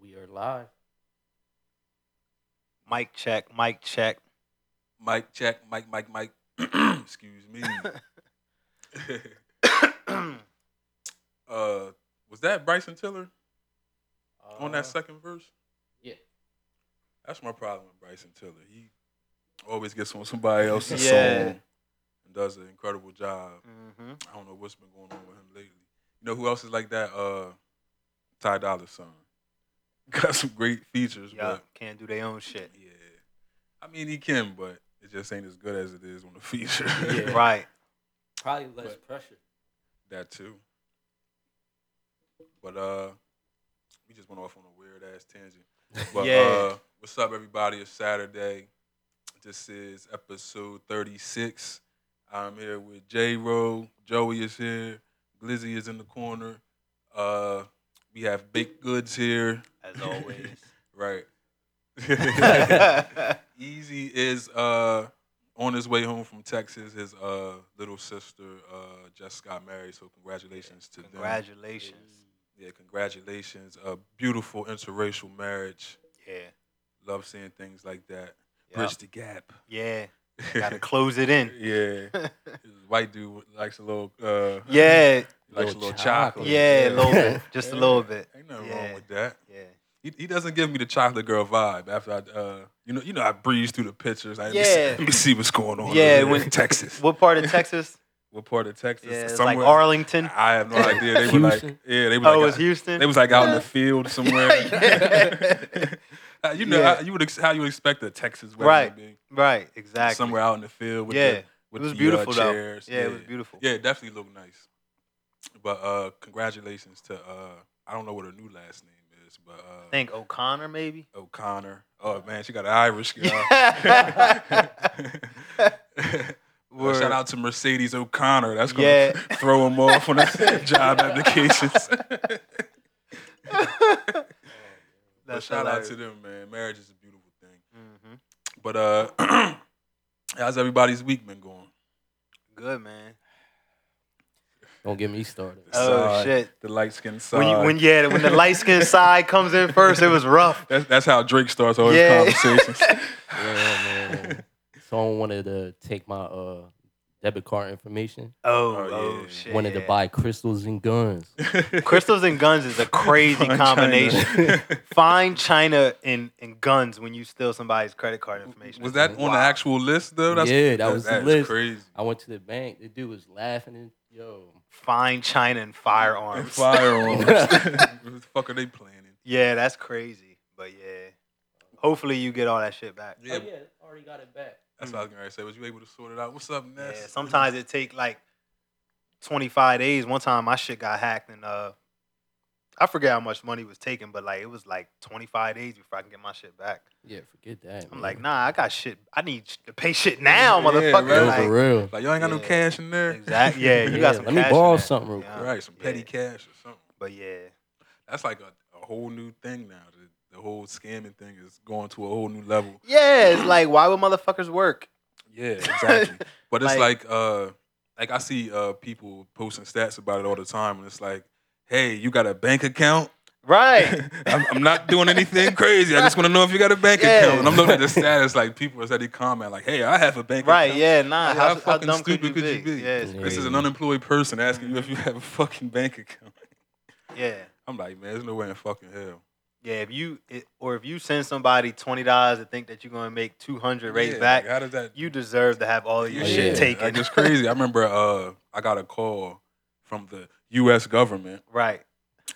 We're live. Mic check, mic check. Mike check, Mike, Mike, Mike. Excuse me. Hmm. uh, was that Bryson Tiller on Uh-huh. Uh, that second verse? yeah. That's my problem with Bryson Tiller. He always gets on somebody else's Yeah. song and does an incredible job. Mm-hmm. I don't know what's been going on with him lately. You know who else is like that? Uh, Ty Dolla Sign. Got some great features, Yeah, can't do their own shit. but yeah. I mean, he can, but it just ain't as good as it is on the feature. Yeah. Right. Probably less But- pressure. That too. But uh we just went off on a weird ass tangent. But Yeah. uh what's up everybody? It's Saturday. This is episode 36. I'm here with J Row. Joey is here. Glizzy is in the corner. Uh we have baked goods here. As always. Right. Easy is uh on his way home from Texas. His uh little sister uh just got married, so congratulations to them. Congratulations. Yeah, congratulations. A beautiful interracial marriage. Yeah. Love seeing things like that. Yup. Bridge the gap. Yeah. Gotta close it in. yeah. White dude likes a little uh Yeah. Little likes a little chocolate. chocolate. Yeah, a little bit. Just a Yeah. little bit. Ain't nothing Yeah. wrong with that. Yeah. He, he doesn't give me the chocolate girl vibe after I uh you know you know I breeze through the pictures. I, Yeah. let, me see, let me see what's going on. Yeah, over there when- in Texas. What part of Texas? What part of Texas? Yeah, it's Somewhere. like Arlington. I have no idea. They were like, Houston? yeah, they were Oh, like, it's Houston. they was like out in the field somewhere. Yeah. Uh, you know, Yeah. how, you would ex- how you would expect a Texas wedding Right, to be Right. Exactly. somewhere out in the field. With Yeah. the, with it was the, uh, beautiful though. chairs. Yeah, it was beautiful. Yeah, it definitely looked nice. But uh, congratulations to uh, I don't know what her new last name is, but I uh, think O'Connor maybe. O'Connor. Oh man, she got an Irish girl. Uh, Word. shout out to Mercedes O'Connor. That's gonna Yeah. throw him off on the job applications. But That's shout out hilarious. to them, man. Marriage is a beautiful thing. Mhm. But uh, how's everybody's week been going? Good man. Don't get me started. The Oh side, shit. The light skin side. When you, when yeah, when the light skinned side comes in first, it was rough. that's, that's how Drake starts all Yeah. his conversations. Yeah, man. Someone wanted to take my uh, debit card information. Oh, Oh, oh, yeah. shit. Wanted to buy crystals and guns. crystals and guns is a crazy Fine combination. China. Find China and, and guns when you steal somebody's credit card information. was that on Wow. the actual list though? Yeah, that was the that's list. Crazy. I went to the bank. The dude was laughing and yo. Find China and firearms. Firearms. what the fuck are they planning? yeah, that's crazy. But yeah, hopefully you get all that shit back. Yeah, Oh yeah, already got it back. that's what I was gonna say. Was you able to sort it out? What's up, Yeah, Ness? sometimes it take like 25 days. One time my shit got hacked and uh I forget how much money was taken, but like it was like 25 days before I can get my shit back. Yeah, forget that. I'm man. like, nah, I got shit. I need sh- to pay shit now, Yeah, motherfucker. right. yo, Like, for Mm. real. like y'all ain't got no Yeah. cash in there. Exact- yeah, you got some Let me cash in borrow that. something real Yeah. quick. Right, some petty Yeah. cash or something. But yeah, That's like a, a whole new thing now. The, the whole scamming thing is going to a whole new level. yeah, it's like, why would motherfuckers work? Yeah, exactly. but it's Like- like, uh, like I see uh people posting stats about it all the time, and it's like, hey, you got a bank account? Right. I'm, I'm not doing anything crazy. I just want to know if you got a bank Yeah. account. And I'm looking at the status, like people are they comment like, hey, I have a bank right. account. Yeah, nah. Like, how, how how fucking dumb could you, stupid could you be? be? Yeah, it's Yeah. This crazy. is an unemployed person asking you if you have a fucking bank account. Yeah. I'm like, man, there's no way in fucking hell. Yeah, if you it, or if you send somebody twenty dollars and think that you're gonna make two hundred raised Yeah, back, Like, how does that you deserve to have all of your Oh, yeah. shit taken. Like, it's crazy. I remember uh, I got a call from the U.S. government. right.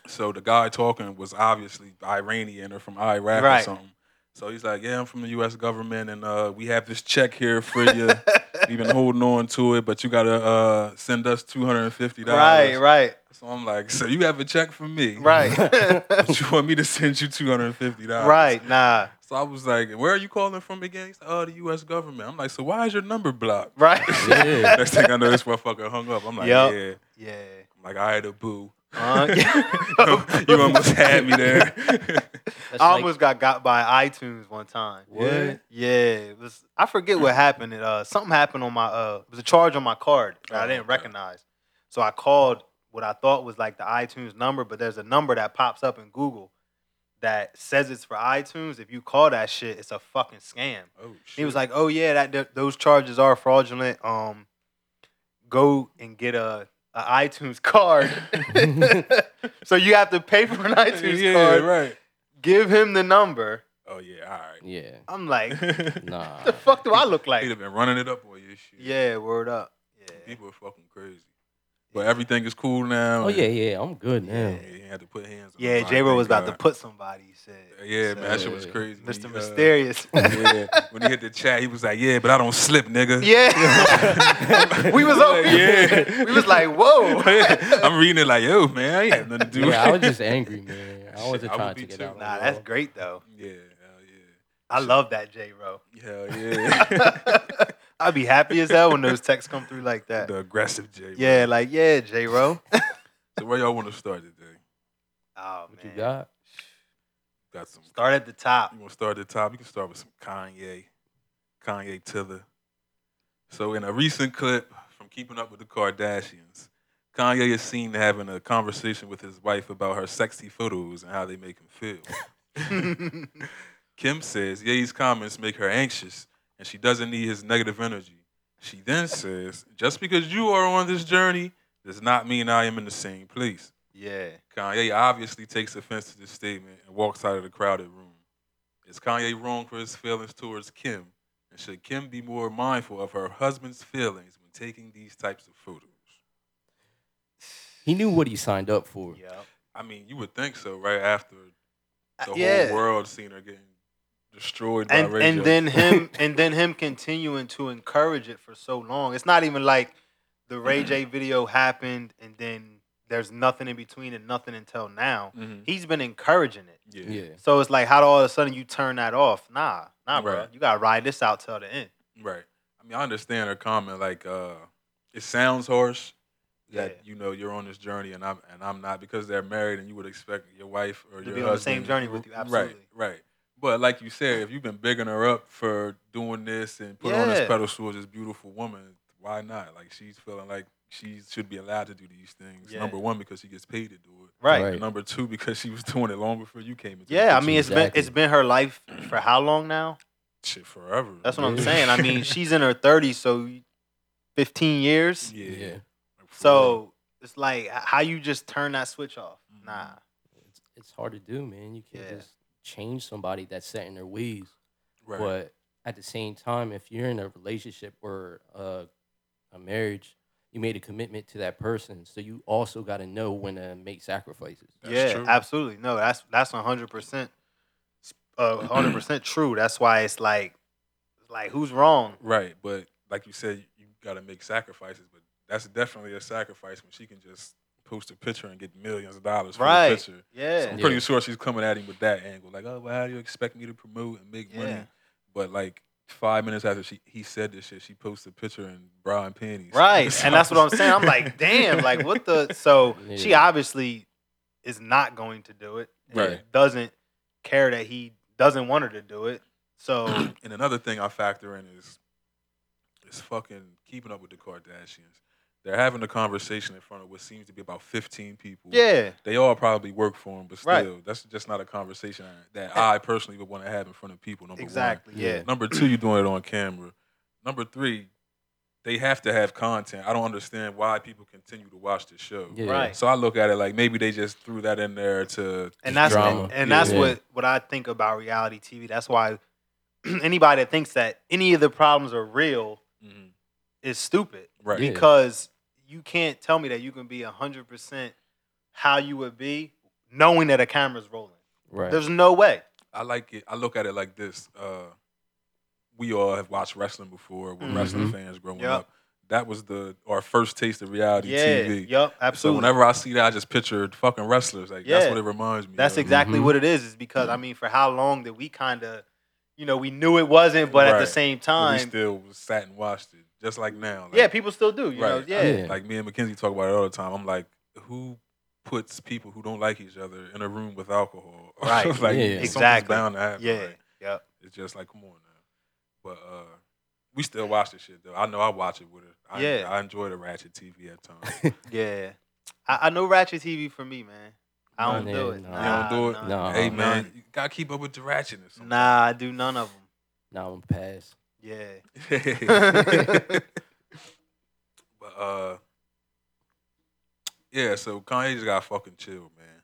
So the guy talking was obviously Iranian or from Iraq Right. or something. So he's like, "Yeah, I'm from the U.S. government, and uh, we have this check here for you. We've been holding on to it, but you gotta uh, send us two hundred and fifty dollars." Right, right, So I'm like, "So you have a check for me, right. But you want me to send you two hundred and fifty dollars, right, nah. So I was like, "Where are you calling from again?" He's like, "Oh, the U.S. government." I'm like, "So why is your number blocked?" Right. Yeah. Next thing I know, this motherfucker hung up. I'm like, Yup. yeah. Yeah. I'm like, all right, a boo. Uh, yeah. you almost had me there. That's I like- almost got got by iTunes one time. What? Yeah. Yeah, it was. I forget what happened. It, uh, something happened on my. Uh, it was a charge on my card that I Oh, didn't okay. recognize. So I called what I thought was like the iTunes number, but there's a number that pops up in Google that says it's for iTunes, if you call that shit, it's a fucking scam. Oh shit. He was like, "Oh yeah, that th- those charges are fraudulent. Um, go and get a, a iTunes card. so you have to pay for an iTunes yeah, card. right. Give him the number. Oh yeah, all Yeah. I'm like, what right. Nah. the fuck do I look He'd like? have been running it up on you. Shit. Yeah, word up. Yeah, People are fucking crazy. But everything is cool now. Oh and- yeah, yeah. I'm good now. Yeah, he had to put hands. on yeah. nobody, J. Ro was thank about to God. put somebody. He said, Yeah, man, that shit Yeah. was crazy. When Mr. he, uh, Mysterious. yeah, when he hit the chat, he was like, "Yeah, but I don't slip, nigga." yeah, we was over. Yeah. we was like, whoa. I'm reading it like, "Yo, man, I ain't have nothing to do." with Yeah, I was it." just angry, man. I Shit, wasn't I would trying be to get too. out. Nah, that's great though. yeah, hell I love that, J. Ro. yeah, hell I'd be happy as hell when those texts come through like yeah. that. the aggressive J. Yeah, like yeah, J Ro. So where y'all want to start today? Oh What you man, got? Got some. start at the top. You want to start at the top? You can start with some Kanye, Kanye Tiller. So, in a recent clip from Keeping Up with the Kardashians, Kanye is seen having a conversation with his wife about her sexy photos and how they make him feel. Kim says Ye's comments make her anxious and she doesn't need his negative energy. She then says, Just because you are on this journey does not mean I am in the same place. yeah, Kanye obviously takes offense to this statement and walks out of the crowded room. Is Kanye wrong for his feelings towards Kim? And should Kim be more mindful of her husband's feelings when taking these types of photos? He knew what he signed up for. yep. I mean, you would think so, right? After the Uh, yeah. whole world seen her getting destroyed by And radio. and then him and then him continuing to encourage it for so long. It's not even like the Ray Mm-hmm. J video happened and then there's nothing in between and nothing until now. Mhm. He's been encouraging it. yeah. Yeah. So it's like how all of a sudden you turn that off? Nah, nah, bro. Right. You gotta ride this out till the end. right. I mean, I understand her comment. Like, uh, it sounds harsh, that Yeah. you know you're on this journey and I'm and I'm not because they're married and you would expect your wife or To your be on the husband- same journey with you, Right, absolutely. Right, But like you said, if you've been bigging her up for doing this and putting on Yeah. this pedestal as this beautiful woman, why not? Like she's feeling like she should be allowed to do these things. Yeah. Number one, because she gets paid to do it. Right. Right. And number two, because she was doing it long before you came into the Yeah, I picture. mean it's been Exactly. it's been her life for how long now? shit forever. That's what I'm Yeah. saying. I mean, she's in her 30s, so 15 years. yeah. Yeah. Like, for real. So it's like h- how you just turn that switch off. Mm-hmm. Nah. It's, it's hard to do, man. You can't Yeah. just change somebody that's set in their ways. right. But at the same time, if you're in a relationship or a, a marriage, you made a commitment to that person, so you also got to know when to make sacrifices. That's yeah, true. absolutely. No, that's that's 100% uh, 100% true. That's why it's like like who's wrong? Right, but like you said, you got to make sacrifices. But that's definitely a sacrifice when she can just post a picture and get millions of dollars for Right. the picture. So Yeah. I'm Yeah. pretty sure she's coming at him with that angle, like, "Oh, well, how do you expect me to promote and make Yeah. money?" But like five minutes after she he said this shit, she posted a picture in bra and panties. Right. And that's what I'm saying. I'm like, "Damn, like what the so she Yeah. obviously is not going to do it. and Right. Doesn't care that he doesn't want her to do it. So and another thing I factor in is is fucking keeping up with the Kardashians. They're having a conversation in front of what seems to be about 15 people. yeah. they all probably work for him, but still, Right. Eh. that's just not a conversation that I personally would want to have in front of people. Number Exactly. Yeah. Yeah. one. Number two, you're doing it on camera. Number three, they have to have content. I don't understand why people continue to watch this show. Yeah. Right. So I look at it like maybe they just threw that in there to and that's drama. and, and Yeah. that's Yeah. what what I think about reality TV. That's why anybody that thinks that any of the problems are real Mhm. is stupid right. Yeah. because you can't tell me that you can be hundred percent how you would be knowing that a camera's rolling. Right. There's no way. I like it. I look at it like this. Uh, we all have watched wrestling before. We're Mhm. wrestling Mm-hmm. fans growing Yep. up. That was the our first taste of reality yeah. TV. Yep. So Absolutely. whenever I see that, I just picture fucking wrestlers. Like that's Yeah. what it reminds me. That's of. exactly Mhm. what it is. Is because I mean, for how long did we kind of, you know, we knew it wasn't, but at the Right. same But time, We still sat and watched it, just like now. Like, yeah, people still do. You know, Right. yeah. Yeah. like me and Mackenzie talk about it all the time. I'm like, who puts people who don't like each other in a room with alcohol? like Right. Yeah. something's Exactly. bound to happen. Yeah. right? Yep. It's just like, come on now. But uh, we still watch this shit though. I know I watch it with her. I, Yeah. I enjoy the ratchet TV at times. Yeah. I, I know Ratchet TV for me, man. I don't Nah, do it. nah. Nah, You don't do it? Nah, Nah. hey Uh-huh. man, you gotta keep up with the ratchetness. Nah, I do none of them. Now I'm past. Yeah. but uh, yeah. So Kanye just gotta fucking chill, man.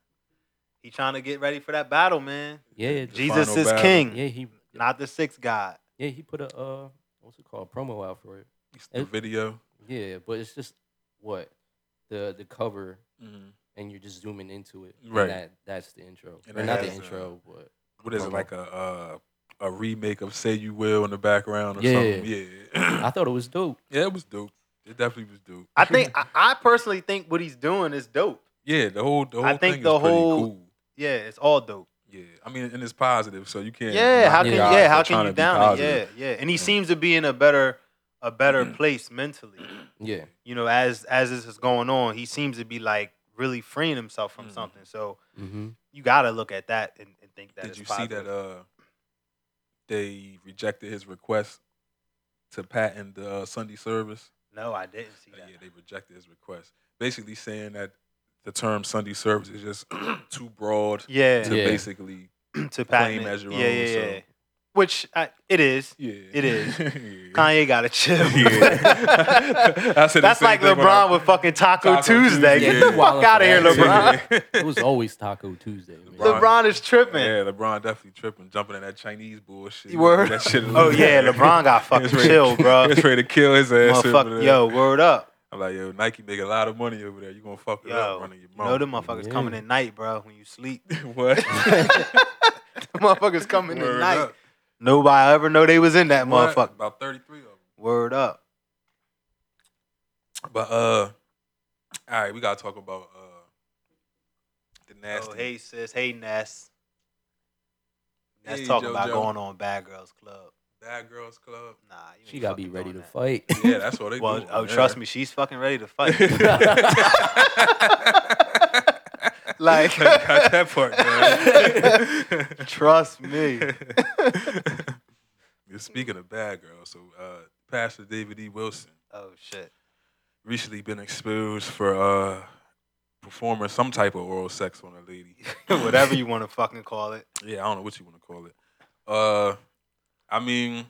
He trying to get ready for that battle, man. Yeah, The Jesus final is battle. king, Yeah, he not the sixth god. yeah he put a uh what's it called promo out for it. It's the It- video. Yeah, but it's just what the the cover and you're just zooming into it. and Right. that that's the intro. And Or it not the has, uh, intro, but What is it Promo. like a uh, a remake of "Say You Will" in the background or Yeah. something? Yeah, I thought it was dope. yeah, it was dope. It definitely was dope. I think I, I personally think what he's doing is dope. Yeah, the whole the whole I think thing the is pretty whole- cool. Yeah, it's all dope. Yeah, I mean, and it's positive, so you can't. Yeah, how can guys yeah, how can you down it? Yeah, yeah. And he Mm. seems to be in a better a better Mm-hmm. place mentally. Yeah. You know, as as this is going on, he seems to be like really freeing himself from Mm. something. So Mm-hmm. you gotta look at that and, and think that. Did it's you see positive. that? Uh, they rejected his request to patent the uh, Sunday service. no, I didn't see Uh, that. yeah, they rejected his request, basically saying that the term Sunday service is just too broad Yeah, to Yeah. basically. to patent claim it. as your yeah, own, yeah, so- yeah. Which I, it is. Yeah, It is. Yeah. Kanye got to chill. Yeah. I said the That's same like thing when I- LeBron with fucking Taco, Taco Tuesday, Tuesday. Get yeah. the fuck out of here, Yeah. LeBron. It was always Taco Tuesday. man. LeBron- LeBron is tripping. Yeah, LeBron definitely tripping, jumping in that Chinese bullshit. You word? That shit Oh yeah, LeBron got fucking It's ready- chill, bro. It's ready to kill his ass. over Motherfucker, there. yo, word up, I'm like, yo, Nike make a lot of money over there. You gonna fuck it up yo. running your You know mouth. them motherfuckers Yeah. coming at night, bro. When you sleep, what? Them motherfuckers coming at Word night. up. Nobody ever know they was in that What? motherfucker. About 33 of them. Word up. But uh, all right, we gotta talk about uh the nasty. Oh, hey sis, hey Ness. That's Hey, talking about JoJo. going on Bad Girls Club. Bad Girls Club. Nah, you She ain't gotta be fucking ready doing to that. fight. Yeah, that's what they Well, do. oh, trust me, she's fucking ready to fight. Like- got that part. Man. trust me. Yeah, Speaking of bad girls, so uh, Pastor David E. Wilson Oh shit. recently been exposed for uh, performing some type of oral sex on a lady. Whatever you want to fucking call it. Yeah, I don't know what you want to call it. Uh, I mean,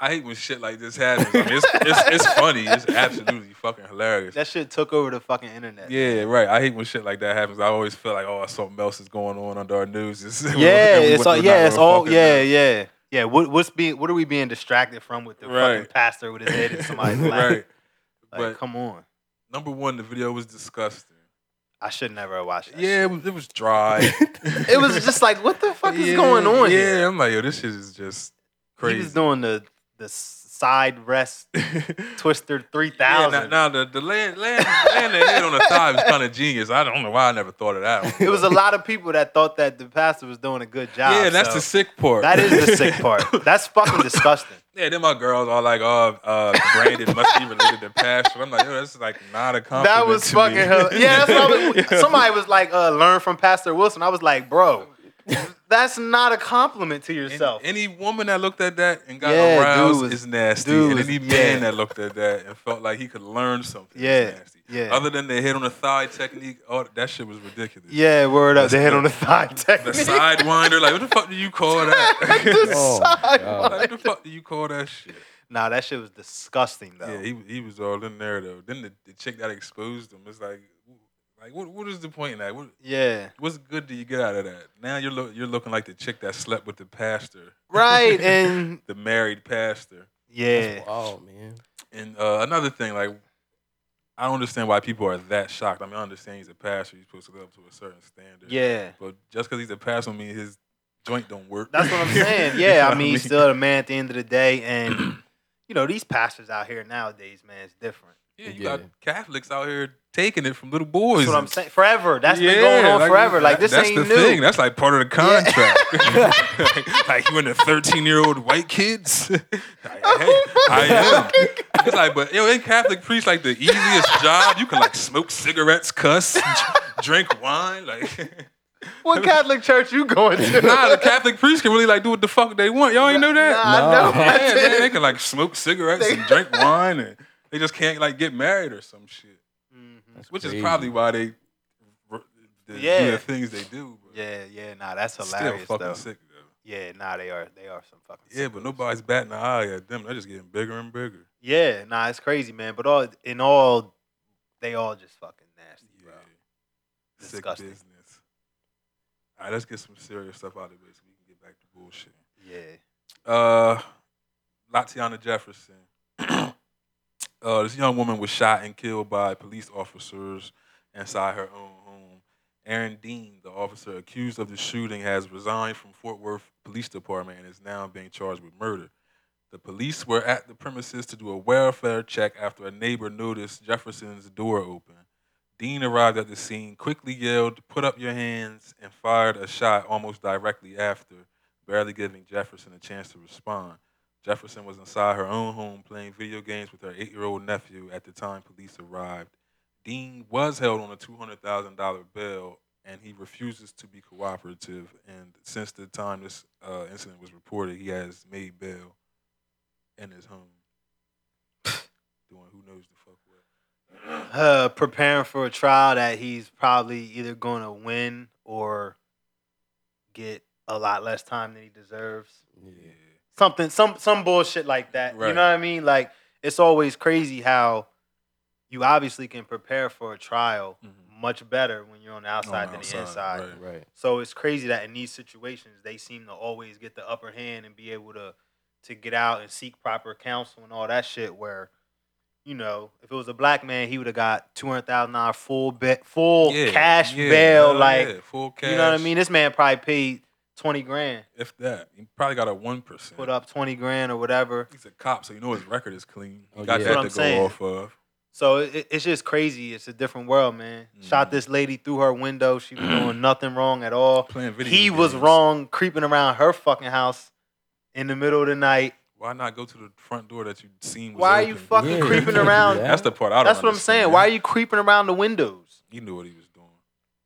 I hate when shit like this happens. I mean, it's, it's, it's funny. It's absolutely fucking hilarious. That shit took over the fucking internet. Yeah, right. I hate when shit like that happens. I always feel like, oh, something else is going on under our news. It's- and Yeah, we- it's all we're not yeah, it's gonna all fucking yeah, know. yeah. Yeah, what what's being what are we being distracted from with the fucking Right. pastor with his head in somebody's lap? right. Like, but come on. number one, the video was disgusting. I should never have watched that. Yeah, it was, it was dry. shit. It was just like, what the fuck is Yeah, going on Yeah, here? I'm like, yo, this shit is just He crazy. was doing the the side rest twister three Yeah, thousand. now, now the, the land, land, land the head on the thigh is kind of genius. I don't know why I never thought of that. one. it was a lot of people that thought that the pastor was doing a good job. yeah, that's the so sick part. that is the sick part. That's fucking disgusting. Yeah, then my girls are like, oh, uh, Brandon must be related to Pastor. I'm like, yo, that's like not a compliment. That was to fucking me. hell. Yeah, that's what I was, Yeah. somebody was like, uh, learn from Pastor Wilson. I was like, bro, that's not a compliment to Any- yourself. Any woman that looked at that and got Yeah, aroused dude was- is nasty. dude And was- any yeah. man that looked at that and felt like he could learn something Yeah, is nasty. yeah. Other than the hit on the thigh technique, oh, that shit was ridiculous. yeah, word up. The head on the thigh The technique. sidewinder, like, what the fuck do you call that? Oh, Side God. like, what the fuck do you call that shit? Nah, that shit was disgusting though. Yeah, he he was all in there though. Then the, the chick that exposed him is like, like what what is the point in that? What, Yeah. what's good do you get out of that? Now you're look you're looking like the chick that slept with the pastor, Right. And the married pastor. yeah. Oh man. And uh, another thing, like I don't understand why people are that shocked. I mean, I understand he's a pastor; he's supposed to live up to a certain standard. Yeah. But just because he's a pastor, don't mean his joint don't work. That's what I'm saying. You Yeah. know I what mean, he's still the man at the end of the day. And, you know, these pastors out here nowadays, man, it's different. yeah, you Yeah. got Catholics out here taking it from little boys. That's what I'm and saying. Forever. That's Yeah, been going on like, forever. Like, that- this that's ain't the new. Thing. That's like part of the contract. like, you and the thirteen-year-old white kids. I, Oh I am. It's like, but yo, ain't Catholic priest like the easiest job? You can like smoke cigarettes, cuss, dr- drink wine. Like, What Catholic church you going to? nah, the Catholic priest can really like do what the fuck they want. Y'all ain't know that. Nah, I No. know. I yeah, didn't. man, they can like smoke cigarettes and drink wine, and they just can't like get married or some shit. Mhm. That's Which crazy. is probably why they r- the the, Yeah. the things they do. But Yeah, yeah, nah, that's it's hilarious Still fucking though. sick though. Yeah, nah, they are they are some fucking. Yeah, but sickos. nobody's batting an eye at them. They're just getting bigger and bigger. Yeah, nah, it's crazy, man. But all in all, they all just fucking nasty, Yeah. bro. Sick Disgusting. business. All right, let's get some serious stuff out of the way so we can get back to bullshit. Yeah, Uh, Latiana Jefferson. uh, this young woman was shot and killed by police officers inside her own home. Aaron Dean, the officer accused of the shooting, has resigned from Fort Worth Police Department and is now being charged with murder. The police were at the premises to do a welfare check after a neighbor noticed Jefferson's door open. Dean arrived at the scene, quickly yelled, Put up your hands, and fired a shot almost directly after barely giving Jefferson a chance to respond. Jefferson was inside her own home playing video games with her eight year old nephew at the time police arrived. Dean was held on a $200,000 bail and he refuses to be cooperative. And since the time this uh, incident was reported, he has made bail in his home. Doing who knows the fuck what. uh, preparing for a trial that he's probably either going to win or get a lot less time than he deserves. Yeah. Something, some some bullshit like that. You Right. know what I mean? Like it's always crazy how you obviously can prepare for a trial Mhm. much better when you're on the outside the than outside, the inside. right. Right. So it's crazy that in these situations they seem to always get the upper hand and be able to to get out and seek proper counsel and all that shit. Where, you know, if it was a black man, he would have got two hundred thousand dollar full be- full Yeah, cash yeah, bail. hell Like yeah, full cash. you know what I mean? This man probably paid twenty grand, If that, he probably got a one percent. put up twenty grand or whatever. He's a cop, so you know his record is clean. He Oh, yeah. got that That's what to I'm go saying. off of. So it, it- it's just crazy. It's a different world, man. Mhm. Shot this lady through her window. She was doing nothing wrong at all. Playing video. He was games. wrong creeping around her fucking house in the middle of the night. Why not go to the front door that you seen? Was Why are you open? fucking Yeah, creeping yeah. around? Yeah. That's the part I don't. That's what I'm saying. understand. Why are you creeping around the windows? He knew what he was doing,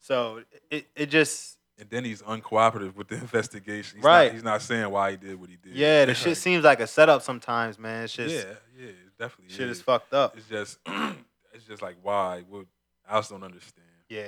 So it, it just and then he's uncooperative with the investigation. He's Right. Not, he's not saying why he did what he did. yeah, the Like, shit seems like a setup sometimes, man. It's just yeah, yeah, it definitely. shit is fucked up. It's just, it's just like why? What? I just don't understand. Yeah,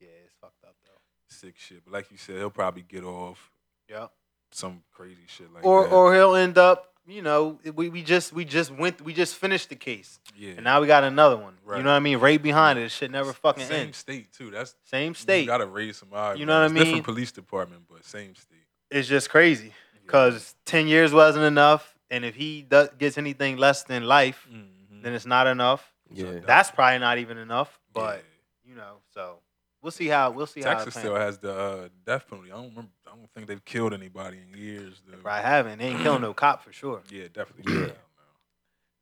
yeah, it's fucked up though. Sick shit. But like you said, he'll probably get off Yeah. some crazy shit like Or that. or he'll end up, you know, we, we just we just went we just finished the case. yeah. And now we got another one. Right. You know what I mean? Right behind it. This shit never fucking same ends. state too. That's Same state. You gotta raise some eyebrows. You know what I It's mean? Different police department, but same state. it's just crazy. Yeah. Cause ten years wasn't enough. And if he does, gets anything less than life, Mhm. then it's not enough. Yeah. That's probably not even enough, but Yeah. you know, so we'll see how we'll see Texas how still has the uh, death penalty. I don't remember. I don't think they've killed anybody in years. Though. Right, haven't they ain't killing no cop for sure. Yeah, definitely. Yeah. You're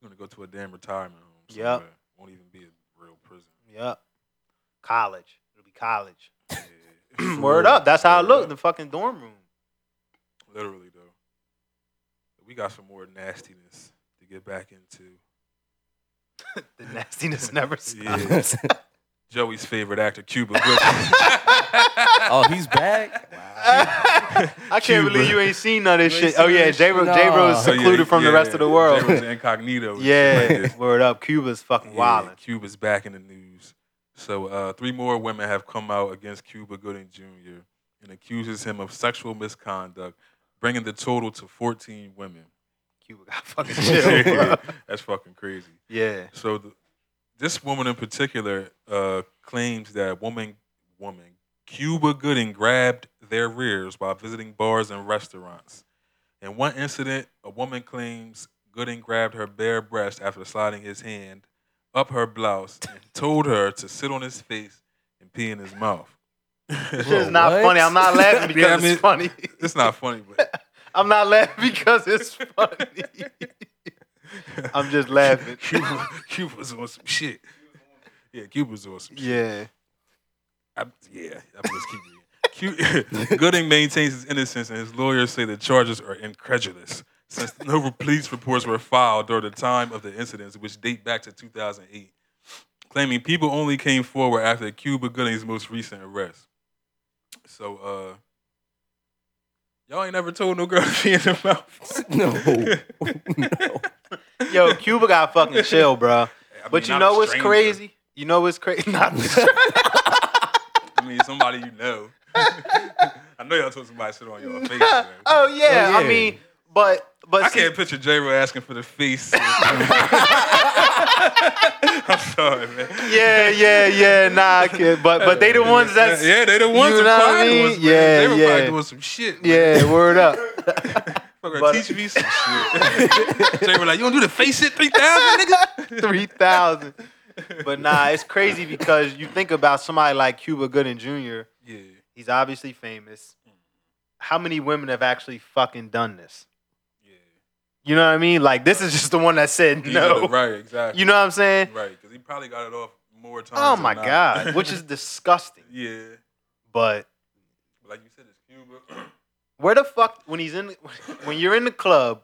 gonna go to a damn retirement home. Yup. somewhere. Won't even be a real prison. Yep. College, it'll be college. Yeah. For Word real. up, that's how it Word looked. The up. fucking dorm room. Literally though, we got some more nastiness to get back into. The nastiness never stops. Yeah. Joey's favorite actor, Cuba Gooding. oh, he's back. I can't Cuba. believe you ain't seen none of this You ain't shit. Oh seen yeah, this J Ro shit? J Ro's Nah. Oh, So, secluded from the rest of the world. Jay was incognito. and shit like yeah, this. word up. Cuba's fucking Yeah, wildin'. Cuba's back in the news. So uh, three more women have come out against Cuba Gooding Jr. and accuses him of sexual misconduct, bringing the total to 14 women. Cuba got fucking chill. bro. That's fucking crazy. yeah. So the, this woman in particular uh, claims that woman, woman, Cuba Gooding grabbed their rears while visiting bars and restaurants. In one incident, a woman claims Gooding grabbed her bare breast after sliding his hand up her blouse and told her to sit on his face and pee in his mouth. This shit is not what? funny. I'm not laughing because Yeah, I mean- it's funny. it's not funny, but I'm not laughing because it's funny. I'm just laughing. Cuba, Cuba's on some shit. Yeah, Cuba's on some shit. yeah. I'm, yeah, I'm just keeping it. Q- Gooding maintains his innocence, and his lawyers say the charges are incredulous since no re- police reports were filed during the time of the incidents, which date back to 2008, claiming people only came forward after Cuba Gooding's most recent arrest. So, uh, y'all ain't never told no girl to be in the mouth. no. Yo, Cuba got fucking chill, bro. I mean, But you not a know what's stranger. crazy? You know what's crazy? Not I mean, somebody you know. I know y'all told somebody shit on your face. man. oh yeah, yeah. I mean, but but I see- can't picture J Ro asking for the feast. I'm sorry, man. yeah, yeah, yeah. Nah, I kid. But but they the ones that's yeah, they the ones you that know what I probably mean? was, Yeah, man. They were probably yeah. doing some shit. man. yeah. Word up. Fucker, But- teach me some shit. Jay were like, you don't do the face shit 3,000, nigga? three thousand. But nah, it's crazy because you think about somebody like Cuba Gooding Jr. Yeah. He's obviously famous. How many women have actually fucking done this? Yeah. You know what I mean? Like this is just the one that said These are the- no. Right, exactly. You know what I'm saying? Right, because he probably got it off more times. Oh than my not. god, which is disgusting. yeah. But But like you said, it's Cuba. where the fuck when he's in when you're in the club,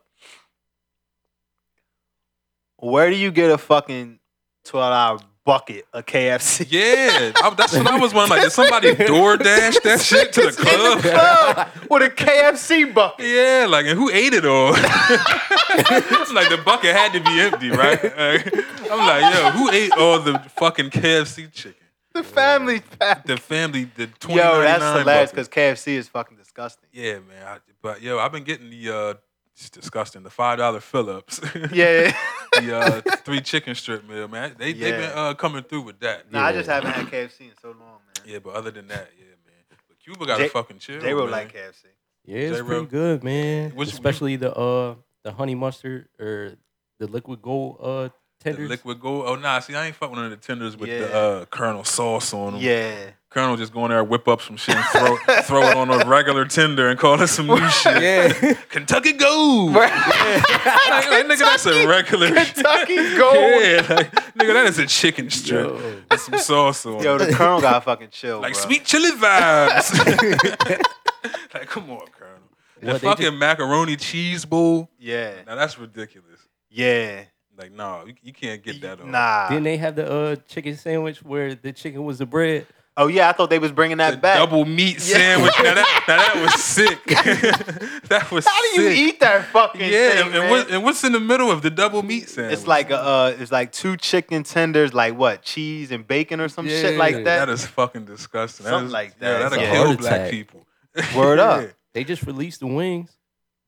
where do you get a fucking twelve hour bucket of KFC? yeah, I, that's what I was wondering. Like, did somebody door dash that shit to the It's in the club? club with a KFC bucket. Yeah, like and who ate it all? it's like the bucket had to be empty, right? Like, I'm like, yo, who ate all the fucking KFC chicken? The family pack. The family, the twenty Yo, nine that's hilarious bucket. because KFC is fucking disgusting. Yeah, man. I, but yo, I've been getting the uh, it's disgusting. The five dollar Phillips, Yeah, the uh, three chicken strip meal, man. They they've been Yeah. uh, coming through with that. no, I just Yeah. haven't had KFC in so long, man. Yeah, but other than that, yeah, man. But Cuba got J- to fucking chill. They will man. like KFC. Yeah, it's J-Ro. pretty good, man. Which- Especially the uh the honey mustard or the liquid gold uh The tenders. liquid gold. Oh nah, see, I ain't fucking with none of the tenders with the Yeah. uh, Colonel sauce on them. Yeah, Colonel just go in there, whip up some shit, and throw throw it on a regular tender, and call it some new shit. yeah. Kentucky Gold. Like, like, nigga, that's a regular Kentucky Gold. yeah, like, nigga, that is a chicken strip Yo. with some sauce on. yo, it. the Colonel got fucking chill. like bro. sweet chili vibes. like, come on, Colonel. The What, they fucking macaroni cheese bowl. Yeah, Now that's ridiculous. yeah. Like, nah, you, you can't get that uh, on. Nah. Didn't they have the uh chicken sandwich where the chicken was the bread? Oh yeah, I thought they was bringing The that back. double meat sandwich. Now that, now that was sick. that was How do you sick. eat that fucking Yeah, thing? and, man? and what, and what's in the middle of the double meat sandwich? it's like a, uh, it's like two chicken tenders, like what, cheese and bacon or some shit like Yeah. that. that is fucking disgusting. Something is, like Yeah, that. that'll It's a kill heart black attack. people. Word up. Yeah. They just released the wings.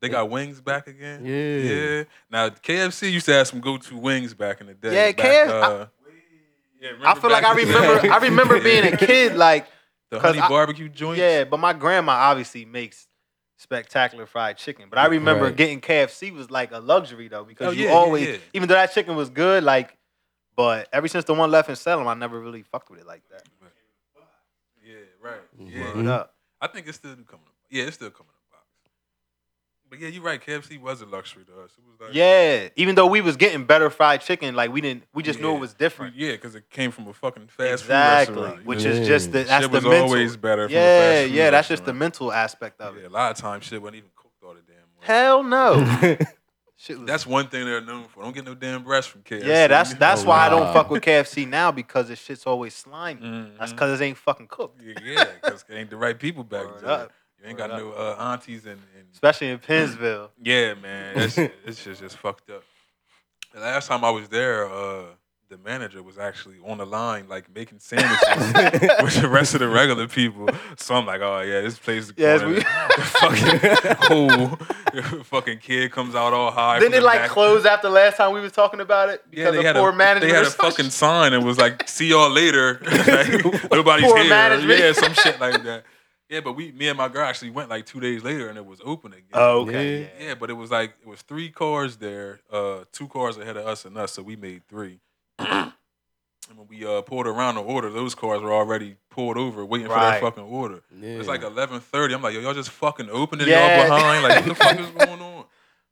They got wings back again. Yeah. Yeah. Now KFC used to have some go-to wings back in the day. Yeah, back, KFC Uh, yeah, I feel like I back in the day? remember, I remember being a kid, like the 'cause honey I- barbecue joints. Yeah, but my grandma obviously makes spectacular fried chicken. But I remember Right. getting KFC was like a luxury though because Oh, you yeah, yeah, always, yeah. even though that chicken was good, like, but ever since the one left in Salem, I never really fucked with it like that. Yeah, right. Yeah. Mhm. Word up. I think it's still coming. Up. Yeah, it's still coming up. box. But yeah, you're right. KFC was a luxury to us. It was like Yeah, even though we was getting better fried chicken, like we didn't, we just knew Yeah. it was different. Yeah, because it came from a fucking fast food exactly, restaurant. which yeah. is just the, Yeah. that's shit the was mental. always better. From a yeah, fast food yeah, that's just the restaurant. mental aspect of Yeah, it. a lot of times shit wasn't even cooked all the damn way. Hell no. Shit was That's one thing they're known for. Don't get no damn breast from KFC. Yeah, that's that's Oh, why I wow. don't fuck with KFC now because this shit's always slimy. Mhm. That's because it ain't fucking cooked, Yeah, yeah, because ain't the right people back Word there. up. You ain't Word got no uh, aunties and, and especially in Pennsville. yeah, man. That's it's just just fucked up. The last time I was there, uh, the manager was actually on the line, like making sandwiches with the rest of the regular people. So I'm like, oh yeah, this place is Yeah, it's going. weird. fucking cool. fucking kid comes out all high. Didn't from it the like back. close after last time we was talking about it Yeah, because they of had, poor a, management? they had or a some fucking shit? sign and was like, "See y'all later." Like, nobody's Poor here. management. Yeah, some shit like that. Yeah, but we, me and my girl actually went like two days later and it was open again. Oh, Yeah. okay. Yeah. Yeah, but it was like it was three cars there, uh, two cars ahead of us and us, so we made three. and when we uh, pulled around the order, those cars were already pulled over, waiting Right. for their fucking order. Yeah. It's like eleven thirty. I'm like, yo, y'all just fucking opened it. Yeah. Y'all behind. Like, what the fuck is going on?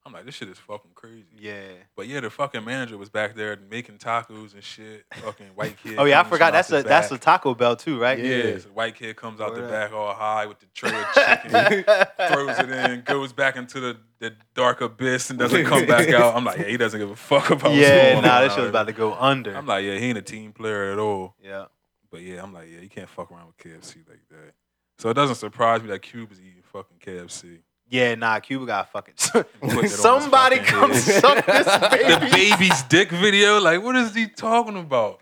I'm like, this shit is fucking crazy. Yeah. But yeah, the fucking manager was back there making tacos and shit. Fucking white kid. Oh yeah, I comes forgot. out That's the a that's a back. Taco Bell too, right? Yeah. yeah. So the white kid comes out the Word up. back all high with the tray of chicken, throws it in, goes back into the, the dark abyss and doesn't come back out. I'm like, yeah, he doesn't give a fuck about. Yeah, what's going nah, on this shit was about to go under. I'm like, yeah, he ain't a team player at all. yeah. But yeah, I'm like, yeah, you can't fuck around with KFC like that. So it doesn't surprise me that Cuba's eating fucking KFC. Yeah, nah, Cuba got fucking. Putting it on his Somebody fucking come head. suck this the baby. baby's dick video. Like, what is he talking about?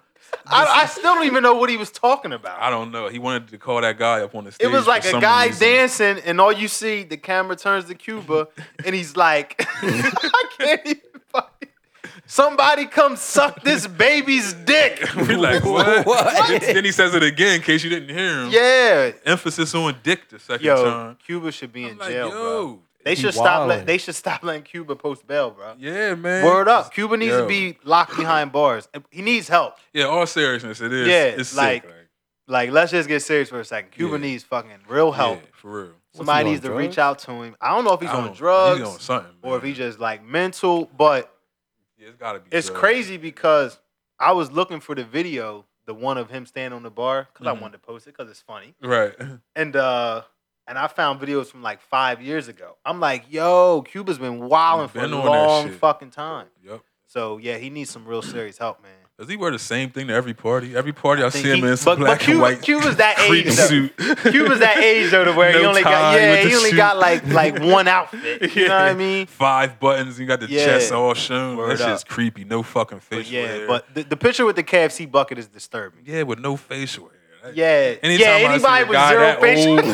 I, I still don't even know what he was talking about. I don't know. He wanted to call that guy up on the It stage. was like for a some guy reason. dancing, and all you see, the camera turns to Cuba, and he's like, I can't even. fucking- Somebody come suck this baby's dick. we like what? What? then he says it again in case you didn't hear him. Yeah. Emphasis on dick the second Yo, time. Cuba should be in I'm like, jail, bro. yo, They He should stop. wildin'. Let, they should stop letting Cuba post bail, bro. yeah, man. Word up, Cuba needs Yo. to be locked behind bars. He needs help. Yeah, all seriousness, it is. Yeah, it's like, sick. Like, let's just get serious for a second. Cuba Yeah. needs fucking real help. Yeah, for real. Somebody on, needs to drugs? reach out to him. I don't know if he's I on don't- drugs He's on something. or if man. he's just like mental, but Yeah, it's gotta be. it's drugs. crazy because I was looking for the video, the one of him standing on the bar, because Mhm. I wanted to post it because it's funny. Right. And uh and I found videos from like five years ago. I'm like, yo, Cuba's been wilding for a Been on that long shit. fucking time. Yep. So yeah, he needs some real serious help, man. Does he wear the same thing to every party? Every party I, think see him he- in some but- but black Cuba- and white Cuba's that creep age, though. suit. Cuba's that age though to where he No only tie got yeah, with the he only shoe. got like like one outfit. You know what I mean? Five buttons. You got the Yeah. chest all shown. Word That's just up. creepy. No fucking facial But yeah, hair. but the, the picture with the KFC bucket is disturbing. yeah, with no facial hair. That- Yeah, Anytime yeah. I see Anybody a with guy zero that facial, old,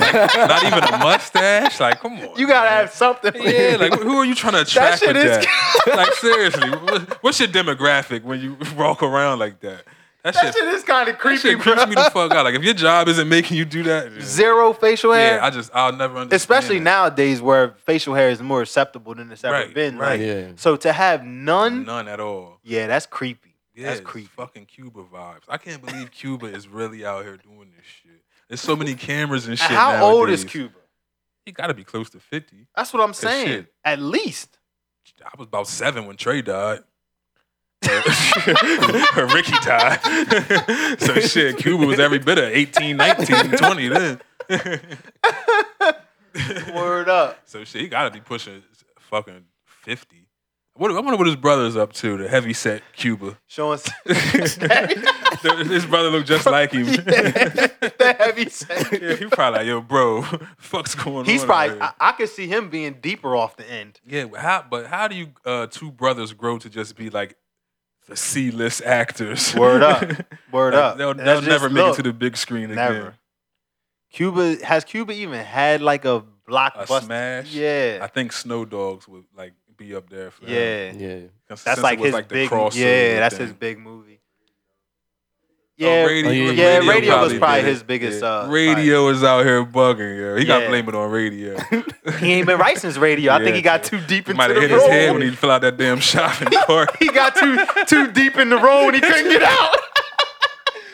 not even a mustache. Like, come on. you gotta man. have something. Yeah, like who are you trying to attract shit with is- that? like seriously, what- what's your demographic when you walk around like that? That, that shit, shit is kind of that creepy, shit bro. creeps me the fuck out. Like if your job isn't making you do that, yeah. Zero facial hair, Yeah, I just I'll never understand. especially that. nowadays where facial hair is more acceptable than it's ever Right, been. right. Like, Yeah. so to have none, None at all. yeah, that's creepy. Yeah, that's it's creepy. Fucking Cuba vibes. I can't believe Cuba is really out here doing this shit. There's so many cameras and shit. And how old is nowadays. Cuba? He got to be close to fifty. That's what I'm saying. shit. At least. I was about seven when Trey died. or Ricky died. so shit, Cuba was every bit of 18, 19, 20 then. Word up. so shit, he gotta be pushing fucking 50. What, I wonder what his brother's up to, the heavy set Cuba. Showing his brother looked just like him. the heavy set. yeah, he probably like, yo, bro, fuck's going on? He's probably. out I, I could see him being deeper off the end. here?" yeah, but how, but how do you uh, two brothers grow to just be like the C-list actors? Word up. Word Like, up. They'll, That's they'll just never make look. it to the big screen again. Never. Cuba has Cuba even had like a A blockbuster? smash. I Yeah, think Snow Dogs would like be up there for him. yeah. Yeah. Since That's it like was, his like, the big. crossover Yeah, that's thing. his big movie. Oh, Yeah, radio, yeah, yeah, radio was did probably it. his biggest, Yeah. uh, radio is out here bugging. Yeah, he got to Yeah. blame it on radio. he ain't been right since radio. I Yeah, think he got dude. too deep He into might the have hit his role. head when he fell out that damn shop in the park. he got too too deep in the role and he couldn't get out.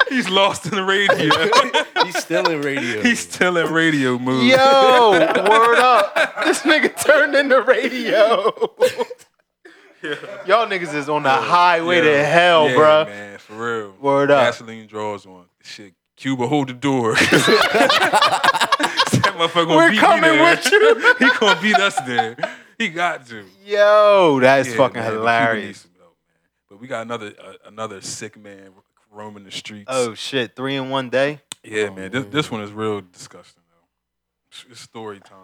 He's lost in the radio. He's still in radio. He's still in radio mood. Yo, word up! This nigga turned into radio. Y'all niggas is on the highway to Oh, Yeah. hell, yeah, bruh. Man, for real. Word up. Gasoline draws on. Shit, Cuba, hold the door. that motherfucker gonna We're beat coming me there. with you. he gonna beat us there. He got to. Yo, that's Yeah, fucking man, but Cuba needs hilarious. some help, man. But we got another uh, another sick man roaming the streets. Oh shit, three in one day. yeah, man. This, this one is real disgusting though. It's- It's story time.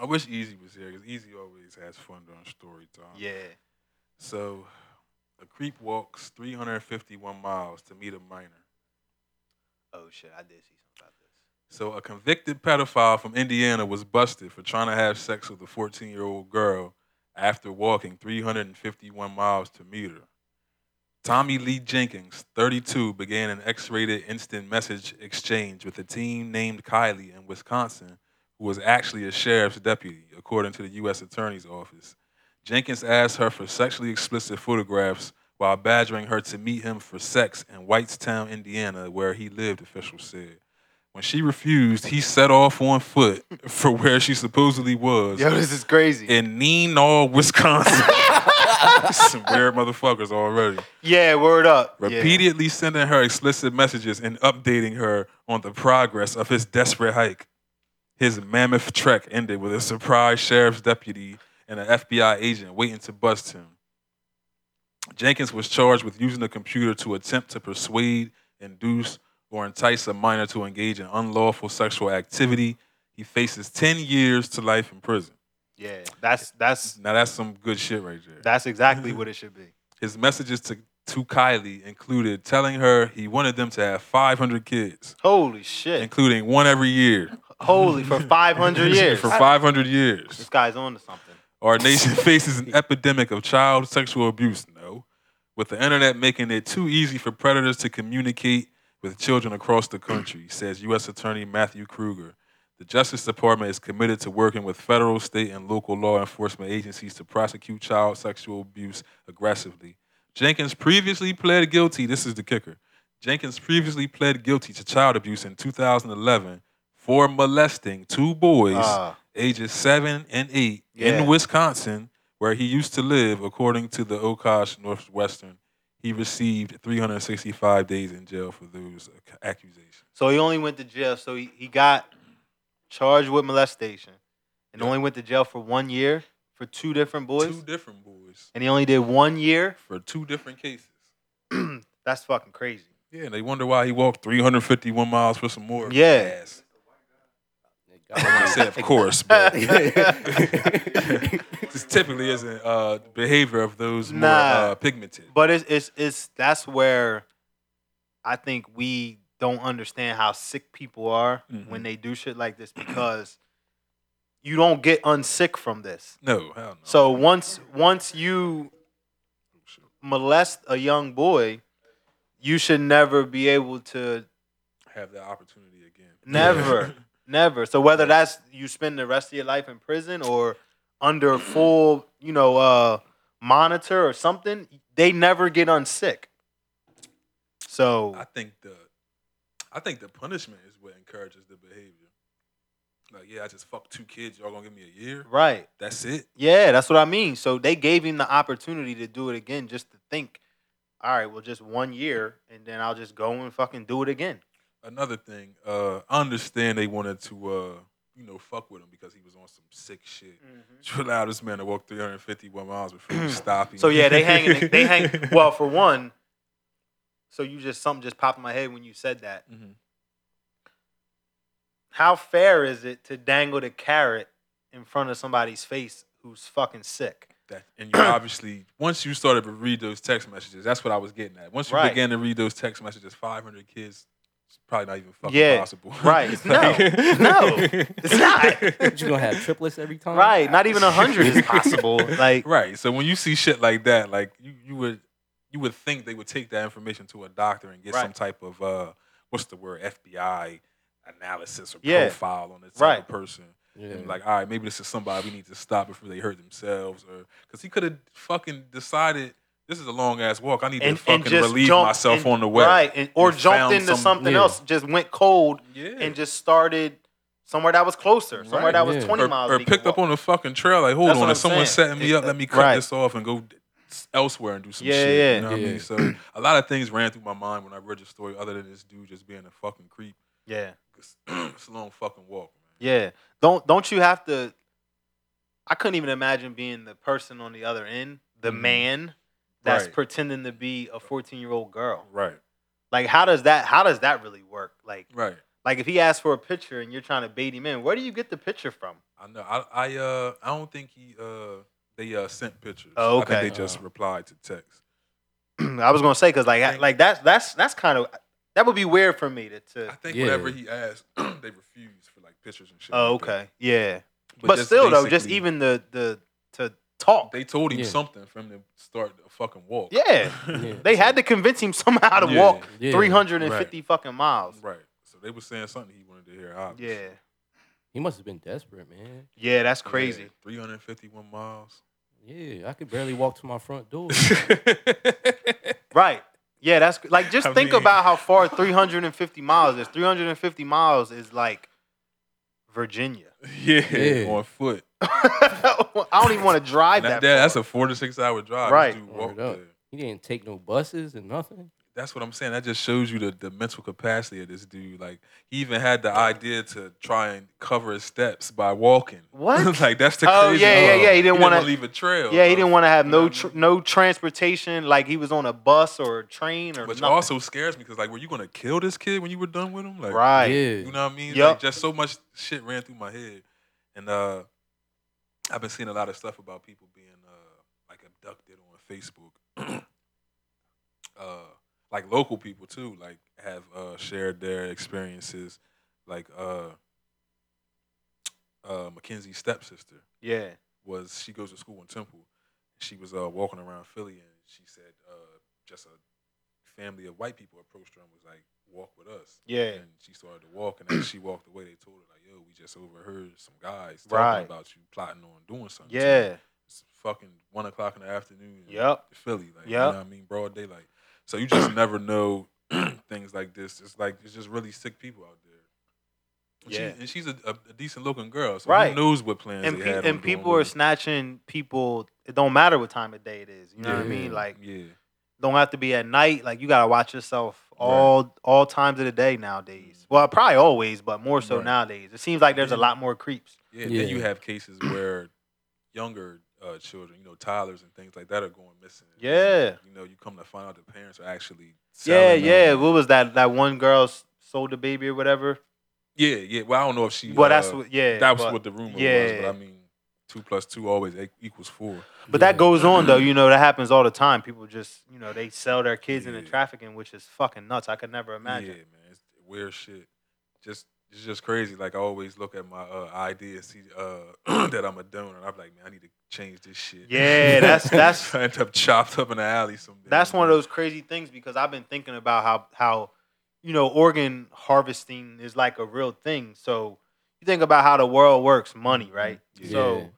I wish Easy was here because Easy always has fun during story time. Yeah. So, a creep walks 351 miles to meet a minor. Oh shit, I did see something about this. So, a convicted pedophile from Indiana was busted for trying to have sex with a 14 year old girl after walking 351 miles to meet her. Tommy Lee Jenkins, 32, began an X rated instant message exchange with a teen named Kylie in Wisconsin, who was actually a sheriff's deputy, according to the U.S. Attorney's Office. Jenkins asked her for sexually explicit photographs while badgering her to meet him for sex in Whitestown, Indiana, where he lived, officials said. When she refused, he set off on foot for where she supposedly was Yo, this is crazy. in Neenaw, Wisconsin. Some weird motherfuckers already. yeah, word up. Yeah. Repeatedly sending her explicit messages and updating her on the progress of his desperate hike. His mammoth trek ended with a surprise sheriff's deputy and an FBI agent waiting to bust him. Jenkins was charged with using a computer to attempt to persuade, induce, or entice a minor to engage in unlawful sexual activity. He faces 10 years to life in prison. Yeah, that's that's Now that's some good shit right there. that's exactly what it should be. His messages to to Kylie included telling her he wanted them to have 500 kids, Holy shit. including one every year Holy for 500 years. for 500 years. this guy's on to something. Our nation faces an epidemic of child sexual abuse. No, with the internet making it too easy for predators to communicate with children across the country, says U.S. Attorney Matthew Kruger. The Justice Department is committed to working with federal, state, and local law enforcement agencies to prosecute child sexual abuse aggressively. Jenkins previously pled guilty. This is the kicker. Jenkins previously pled guilty to child abuse in 2011 for molesting two boys Ah, ages seven and eight Yeah. in Wisconsin, where he used to live, according to the Okosh Northwestern. He received 365 days in jail for those ac- accusations. so he only went to jail. So he, he got charged with molestation and only went to jail for one year for two different boys. Two different boys and he only did one year. for two different cases. That's fucking crazy. Yeah, and they wonder why he walked 351 miles for some more. Yeah. gas. It got I me. wouldn't say, of course, but It's this typically isn't uh, behavior of those more Nah. uh, pigmented. But it's it's it's that's where I think we don't understand how sick people are when they do shit like this because you don't get unsick from this. No, hell no. So once once you molest a young boy, you should never be able to have that opportunity again. Never. never. So whether that's you spend the rest of your life in prison or under full, you know, uh monitor or something, they never get unsick. So I think the I think the punishment is what encourages the behavior. Like, yeah, I just fucked two kids. Y'all gonna give me a year? right. That's it. Yeah, that's what I mean. So they gave him the opportunity to do it again just to think, all right, well just one year and then I'll just go and fucking do it again. Another thing, uh, I understand they wanted to, uh, you know, fuck with him because he was on some sick shit. To allow this man to walk 351 miles before you stop him. Mm. So yeah, they hanging they hang well for one. So you just something just popped in my head when you said that. Mhm. how fair is it to dangle the carrot in front of somebody's face who's fucking sick? That- and you obviously once you started to read those text messages, that's what I was getting at. Once you Right. began to read those text messages, 500 kids, it's probably not even fucking Yeah, possible. right. No, no, it's not. you gonna have triplets every time? Right, not even a hundred is possible. Like, Right. So when you see shit like that, like you, you would you would think they would take that information to a doctor and get some Right. type of uh what's the word FBI analysis or Yeah. profile on this type Right. of person. Yeah. And like, all right, maybe this is somebody we need to stop before they hurt themselves or cuz he could have fucking decided this is a long ass walk. I need and, to fucking and just relieve jumped myself and- on the way. right, and, or And jumped found into some- something yeah. else, just went cold Yeah. and just started somewhere that was closer, somewhere Right, that was yeah. twenty or, miles, or they could picked up walk. on a fucking trail. Like, hold That's what on, I'm if someone's saying. setting me up, let me cut Right. this off and go s- elsewhere and do some Yeah, shit. yeah. You know what I Yeah. mean? So a lot of things ran through my mind when I read the story, other than this dude just being a fucking creep. Yeah, 'Cause it's a long fucking walk, man. yeah. Don't don't you have to? I couldn't even imagine being the person on the other end, the Mhm. man that's Right. pretending to be a fourteen-year-old girl. Right, Like how does that how does that really work? Like right. like if he asks for a picture and you're trying to bait him in, where do you get the picture from? I know. I, I uh, I don't think he uh, they uh sent pictures. Oh, I okay. think they just Oh. replied to text. I was gonna say because like I- like that's that's that's kind of that would be weird for me to. to I think Yeah. whatever he asked, they refused for like pictures and shit. oh like that. okay, yeah. But, just still though, just basically, even the the to talk, they told him Yeah. something for him to start a fucking walk. yeah, Yeah. they had to convince him somehow to Yeah. walk Yeah. 350 fucking miles. Right. So they were saying something he wanted to hear. Obviously. Yeah, He must have been desperate, man. yeah, that's crazy. Yeah, 351 miles. Yeah, I could barely walk to my front door. Right. Yeah, that's like just I think mean- about how far 350 miles is. 350 miles is like Virginia. yeah, Yeah. on foot. I don't even want to drive That- that. that- that's far. a four to six hour drive. This Right. dude Word walked up. there. He didn't take no buses and nothing. That's what I'm saying. That just shows you the, the mental capacity of this dude. Like he even had the idea to try and cover his steps by walking. What? like that's the Oh, crazy yeah, yeah, part. yeah. He didn't wanna- leave a trail. yeah, he didn't want to have You know no what I tr- mean? no transportation. Like he was on a bus or a train or Which nothing. also scares me because like, were you gonna kill this kid when you were done with him? Like, right. Yeah. You know what I mean? Yup. Like just so much shit ran through my head. And uh I've been seeing a lot of stuff about people being uh like abducted on Facebook. uh, like local people too, like have uh, shared their experiences, like uh, uh, Mackenzie's stepsister Yeah. was she goes to school in Temple. She was uh, walking around Philly, and she said uh, just a family of white people approached her and was like, "Walk with us." Yeah. And she started to walk, and as she walked away, they told her like, "Yo, we just overheard some guys talking Right. about you plotting on doing something." to you." Yeah. It's fucking one o'clock in the afternoon. in Yep. Philly, like you Yep. know what I mean, broad daylight. So you just never know things like this. It's like it's just really sick people out there. And she- Yeah. and she's a, a, a decent looking girl, so Right. who knows what plans And they pe- had. and on people doing are what- snatching people. It don't matter what time of day it is. You know what I Yeah. mean? Like yeah, don't have to be at night. Like you gotta watch yourself Right. all all times of the day nowadays. Well, probably always, but more so Right. nowadays. It seems like there's a Yeah. lot more creeps. yeah. Then you Yeah. have cases where younger uh, children, you know, toddlers and things like that, are going missing. Yeah. you know, you come to find out the parents are actually. Yeah, selling yeah. them. What was that? That one girl s- sold the baby or whatever. yeah, yeah. Well, I don't know if she. well, that's uh, what. Yeah, that was but, what the rumor was, yeah. but I mean, two plus two always e- equals four. But that goes on though. You know that happens all the time. People just you know they sell their kids into Yeah. trafficking, which is fucking nuts. I could never Yeah, imagine. man, it's weird shit. Just it's just crazy. Like I always look at my uh, ID and see uh, that I'm a donor. and I'm like, man, I need to change this shit. Yeah, that's- that's- I end up chopped up in the alley someday. That's one of man. those crazy things because I've been thinking about how how you know organ harvesting is like a real thing. So you think about how the world works, money, right? Yeah. So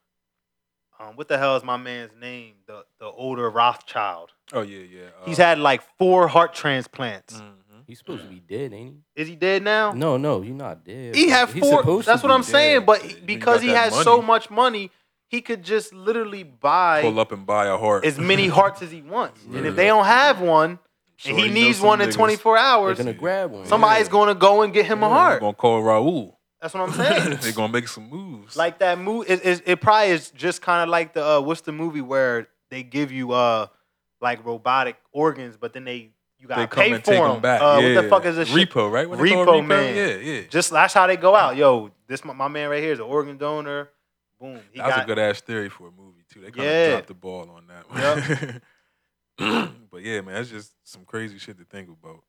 um, what the hell is my man's name? The the older Rothschild. Oh yeah, yeah. Uh, He's had like four heart transplants. mhm. he's supposed to be dead, ain't Is he dead now? he? No, no, you're not dead. he bro. had He's four. supposed to That's what be I'm dead. saying. But Yeah, you because got he that has so money. much money, he could just literally pull buy up and buy a heart. as many hearts as he wants. And Yeah. if they don't have one, and he Shorty know needs some one in niggas 24 They're hours, gonna grab one. somebody's Yeah. going to go and get him a Yeah, heart. Gonna call Raul. That's what I'm saying. They're gonna make some moves. like that movie, it, it, it probably is just kind of like the uh, what's the movie where they give you uh like robotic organs, but then they you gotta they come pay and for take 'em. them back. Uh, yeah. What the fuck is this shit? Repo, right? What they call Repo repo, Man. Yeah, yeah. Just that's how they go out. Yo, this my, my man right here is an organ donor. Boom. He That was got, a good ass theory for a movie too. They kind of Yeah. dropped the ball on that one. but yeah, man, that's just some crazy shit to think about.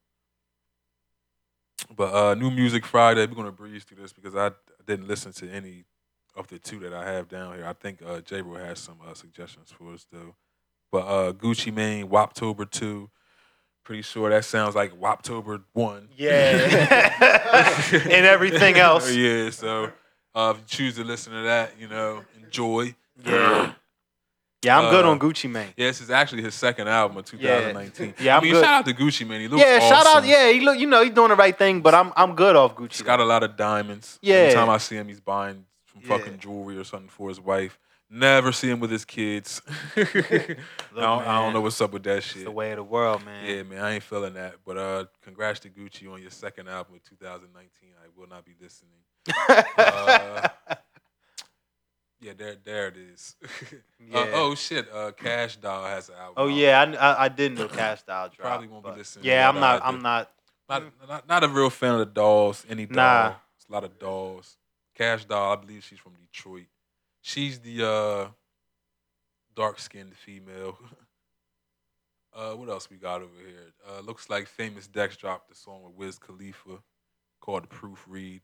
But uh, new music Friday, we're gonna breeze through this because I didn't listen to any of the two that I have down here. I think uh, J. Ro has some uh, suggestions for us though. But uh, Gucci Mane, Woptober two, pretty sure that sounds like Woptober one. Yeah. and everything else. yeah, so uh, if you choose to listen to that, you know, enjoy. Yeah. Yeah, I'm good Uh, on Gucci Mane. Yeah, this is actually his second album in 2019. Yeah, I'm I mean, good. shout out to Gucci, man. He looks Yeah, shout out. awesome. Yeah, he look, you know, he's doing the right thing, but I'm I'm good off Gucci. He's got a lot of diamonds. Yeah. Every time I see him, he's buying some Yeah. fucking jewelry or something for his wife. Never see him with his kids. I, don't, Look, I man, don't know what's up with that It's shit. the way of the world, man. Yeah, man, I ain't feeling that. But uh, congrats to Gucci on your second album in 2019. I will not be listening. Uh, yeah, there, there it is. Yeah. Uh, oh shit, uh, Cash Doll has an album. Oh out. yeah, I, kn- I, I did know Cash Style dropped. Probably won't be but- listening to Yeah, that I'm not. either. I'm not. not, not not a real fan of the dolls. Any doll, Nah. it's a lot of dolls. Cash doll, I believe she's from Detroit. She's the uh, dark skinned female. uh, what else we got over here? Uh, looks like famous Dex dropped a song with Wiz Khalifa called "The Proofread."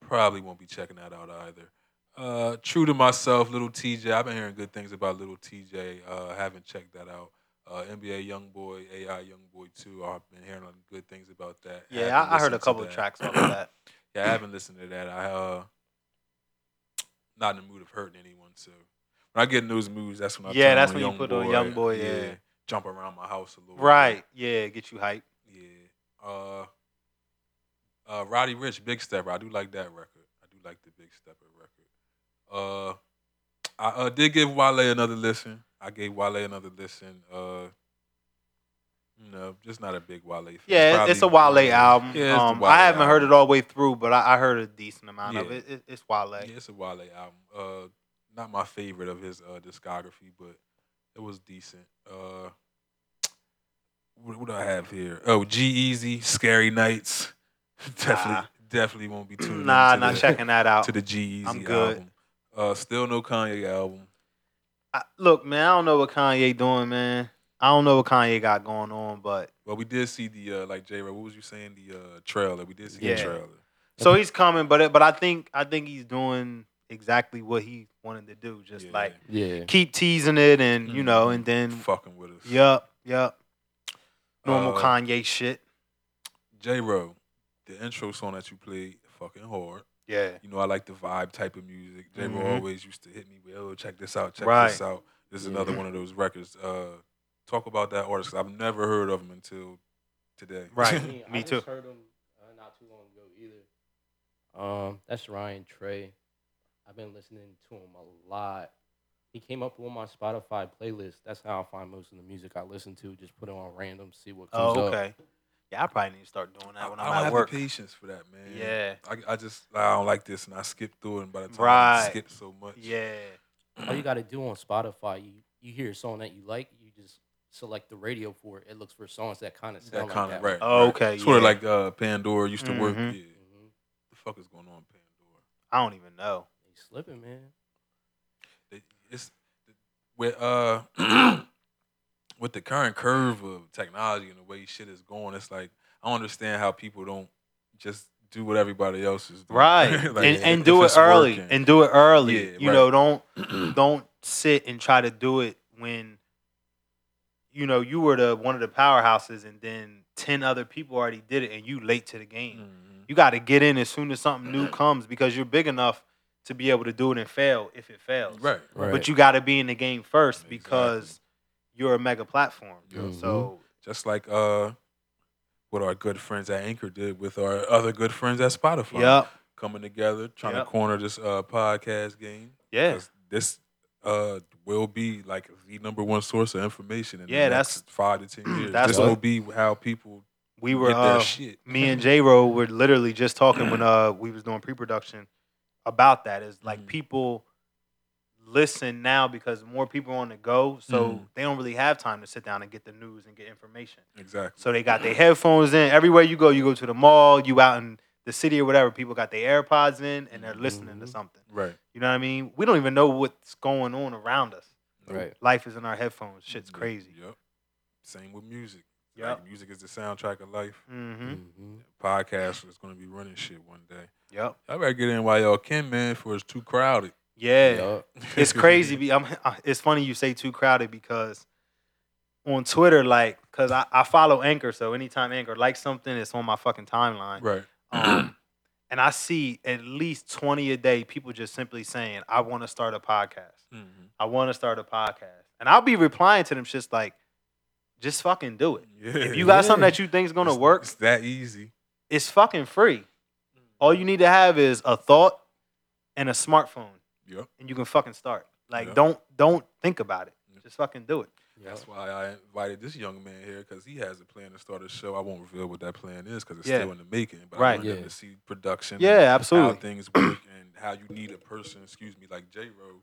Probably won't be checking that out either. Uh, true to myself, little TJ. I've been hearing good things about little TJ. Uh, haven't checked that out. Uh, NBA YoungBoy, AI YoungBoy too. I've been hearing good things about that. Yeah, Haven't I, I heard a listened to couple of that. tracks off of that. Yeah, I haven't listened to that. I uh, not in the mood of hurting anyone. So when I get in those moods, that's when I Yeah, turn that's on when you YoungBoy. put on YoungBoy, yeah. jump around my house a little. bit. Right. Yeah, get you hyped. Yeah. Uh, uh, Roddy Rich, Big Stepper. I do like that record. I do like the Big Stepper record. Uh, I uh, did give Wale another listen. I gave Wale another listen. Uh, you know, just not a big Wale fan. Yeah, it- it's a Wale Probably- album. Yeah, it's a um, Wale I haven't heard album. it all the way through, but I, I heard a decent amount of Yeah. it. it. It's Wale. Yeah, it's a Wale album. Uh, not my favorite of his uh, discography, but it was decent. Uh, what, what do I have here? Oh, G Easy, Scary Nights. definitely, Nah. definitely won't be tuning. Nah, into not the, checking that out. to the G Easy I'm good. album. Uh, still no Kanye album. I, look, man, I don't know what Kanye doing, man. I don't know what Kanye got going on, but But we did see the uh, like J. Ro. What was you saying? The uh, trailer. We did see the Yeah. trailer. so he's coming. But it- but I think I think he's doing exactly what he wanted to do. Just Yeah. like Yeah. keep teasing it, and you know, and Mm-hmm. then fucking with us. Yup, yup. Normal Uh, Kanye shit. J. Ro, the intro song that you played, fucking hard. Yeah. You know, I like the vibe type of music. J. Ro Mhm. always used to hit me with, "Oh, check this out, check Right. this out." This is Yeah. another one of those records. Uh, talk about that artist. 'cause I've never heard of him until today. Right. I mean, Me I just too. heard him uh, not too long ago either. Um, that's Ryan Trey. I've been listening to him a lot. He came up on my Spotify playlist. That's how I find most of the music I listen to. Just put it on random, see what comes Oh, up. okay. Yeah, I probably need to start doing I, that when I I'm don't at have work. the patience for that, man. Yeah. I, I just I don't like this, and I skip through it. And by the time I Right. skip so much, Yeah. All Oh, you got to do on Spotify, you, you hear a song that you like, you just select the radio for it. It looks for songs that kind of that sound kind like of that. right. Oh, right. okay, Sort of yeah. like uh, Pandora used to work. Yeah. Mhm. hmm The fuck is going on, Pandora? I don't even know. They slipping, man. They- It's with uh with the current curve of technology and the way shit is going. It's like I don't understand how people don't just do what everybody else is doing. Right. Like, and and if do it it's early. working. And do it early. Yeah, you right. know, don't don't sit and try to do it when you know you were the one of the powerhouses and then ten other people already did it and you late to the game. Mhm. You gotta get in as soon as something new comes because you're big enough to be able to do it and fail if it fails. right. Right. But you gotta be in the game first Exactly. because you're a mega platform. Yeah. So Just like uh what our good friends at Anchor did with our other good friends at Spotify. Yep. Coming together, trying Yep. to corner this uh podcast game. Yeah. 'Cause This uh will be like the number one source of information in Yeah, the that's- next five to ten years. that's this what- will be how people We were get their uh, shit. me and J Ro were literally just talking when uh we was doing pre production about that. Is like Mhm. people listen now because more people are on the go, so Mhm. they don't really have time to sit down and get the news and get information. exactly. So they got their headphones in. Everywhere you go, you go to the mall, you out in the city or whatever, people got their AirPods in and they're listening to Mhm. something. Right. You know what I mean? We don't even know what's going on around us. Right. Life is in our headphones. Shit's Yep, crazy. Yep. Same with music. Yep. Like, music is the soundtrack of life. Mm-hmm. hmm Podcast is gonna be running shit one day. Yep. Y'all better get in while y'all can, man, for it's too crowded. Yeah. it's crazy. be- I'm, I- it's funny you say too crowded because on Twitter, like, cause I, I follow Anchor, so anytime Anchor likes something, it's on my fucking timeline. right. Um, and I see at least twenty a day people just simply saying, "I want to start a podcast. Mhm. I want to start a podcast," and I'll be replying to them just like, "Just fucking do it. Yeah. If you got something Yeah. that you think's gonna It's- work, It's that easy. it's fucking free. All you need to have is a thought and a smartphone, Yep. and you can fucking start. Like, Yeah. don't don't think about it. Yeah. Just fucking do it." That's why I invited this young man here because he has a plan to start a show. I won't reveal what that plan is because it's Yeah. still in the making. But I Right. want Yeah. them to see production. and Yeah, how absolutely. things work and how you need a person, excuse me, like J Ro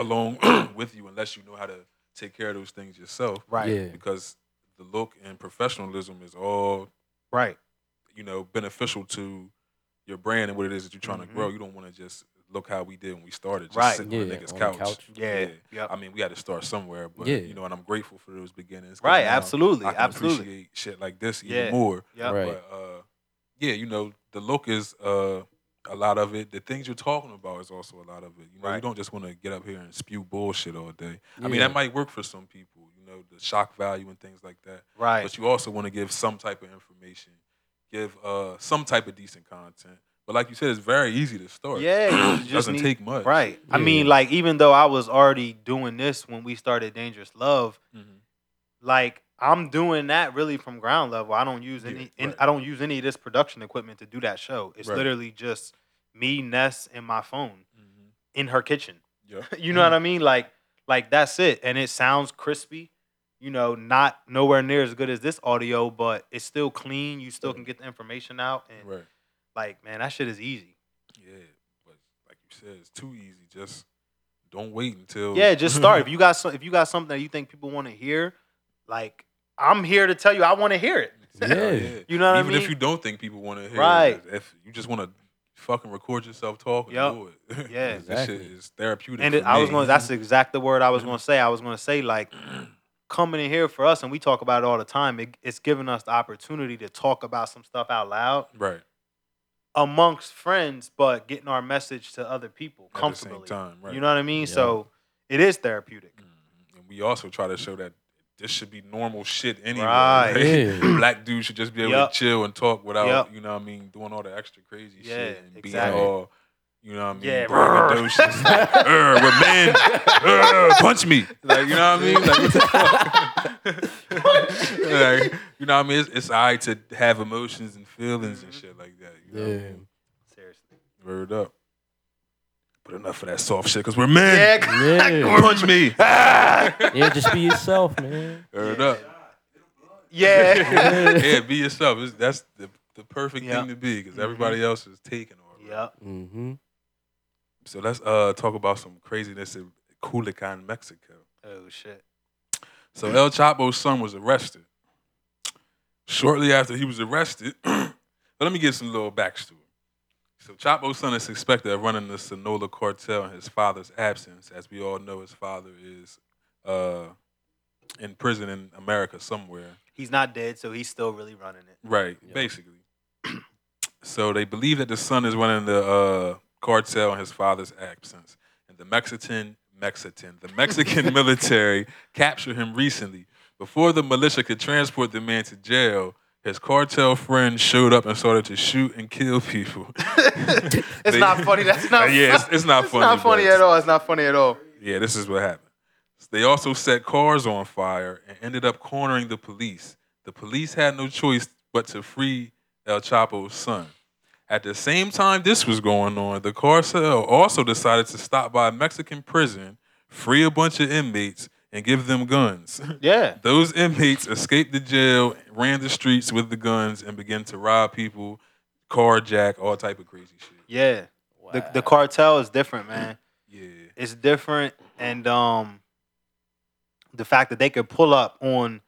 along with you unless you know how to take care of those things yourself. Right. Yeah. Because the look and professionalism is all, Right. you know, beneficial to your brand and what it is that you're trying Mhm. to grow. You don't want to just look how we did when we started, just Right. sitting Yeah. on a nigga's on the couch. couch. Yeah. Yep. I mean, we had to start somewhere, but Yeah. you know, and I'm grateful for those beginnings. 'cause Right. now Absolutely. I can Absolutely. appreciate shit like this even Yeah. more. Yep. Right. But uh, yeah, you know, the look is uh, a lot of it. The things you're talking about is also a lot of it. You know, Right. you don't just want to get up here and spew bullshit all day. I Yeah. mean, that might work for some people, you know, the shock value and things like that. Right. But you also want to give some type of information, give uh, some type of decent content. But like you said, it's very easy to start. Yeah, you it just doesn't need- take much. Right. I Yeah. mean, like, even though I was already doing this when we started Dangerous Love, Mhm. like I'm doing that really from ground level. I don't use Yeah, any. in- right. I don't use any of this production equipment to do that show. It's Right. literally just me, Ness, and my phone Mhm. in her kitchen. Yeah. You know what I mean? Like, like that's it. And it sounds crispy, you know, not nowhere near as good as this audio, but it's still clean. You still Right. can get the information out. And Right. like, man, that shit is easy. Yeah, but like you said, it's too easy. Just don't wait until. Yeah, just start. if you got some, if you got something that you think people want to hear, like I'm here to tell you, I want to hear it. Yeah. You know what Even I mean? if you don't think people want to hear Right. it, if you just want to fucking record yourself talking, Yup. do it. Yeah. this shit Exactly. is therapeutic. and for it, I was me. going. to That's the exact word I was going to say. I was going to say like coming in here for us, and we talk about it all the time. It, it's giving us the opportunity to talk about some stuff out loud Right. amongst friends, but getting our message to other people At the comfortably. same time, right. You know what I mean? Yeah. So it is therapeutic. Mhm. And we also try to show that this should be normal shit anyway. Right. right? Yeah. Black dudes should just be able Yup. to chill and talk without, Yup. you know what I mean, doing all the extra crazy shit Yeah, and exactly. being all, you know what I mean, Yeah, braggadocious. like, "Er, we're men. Er, punch me. Like, you know what I mean? Like, what the fuck? like, you know what I mean? It's, it's all right to have emotions and feelings Mm-hmm. and shit like that. You know what I Yeah. mean? Seriously. Word up. But enough of that soft shit, because we're men. Yeah. Punch me. Ah! yeah, just be yourself, man. Word up. Yeah. yeah, be yourself. It's, that's the, the perfect Yeah. thing to be because Mhm. everybody else is taken already. yep. Mm-hmm. So let's uh, talk about some craziness in Culiacan, Mexico. Oh shit. So El Chapo's son was arrested. Shortly after he was arrested, let me give some little backstory. So Chapo's son is suspected of running the Sonola cartel in his father's absence. As we all know, his father is uh, in prison in America somewhere. He's not dead, so he's still really running it. Right, Yeah. basically. so they believe that the son is running the uh, cartel in his father's absence, and the Mexican Mexican the Mexican military captured him recently. Before the militia could transport the man to jail, his cartel friends showed up and started to shoot and kill people. It's They- not funny. That's not. yeah, it's, it's not it's funny. not funny but- at all. It's not funny at all. yeah, this is what happened. They also set cars on fire and ended up cornering the police. The police had no choice but to free El Chapo's son. At the same time this was going on, the carcel also decided to stop by a Mexican prison, free a bunch of inmates, and give them guns. Yeah. Those inmates escaped the jail, ran the streets with the guns, and began to rob people, carjack, all type of crazy shit. Yeah. Wow. The the cartel is different, man. Yeah. It's different, and um, the fact that they could pull up on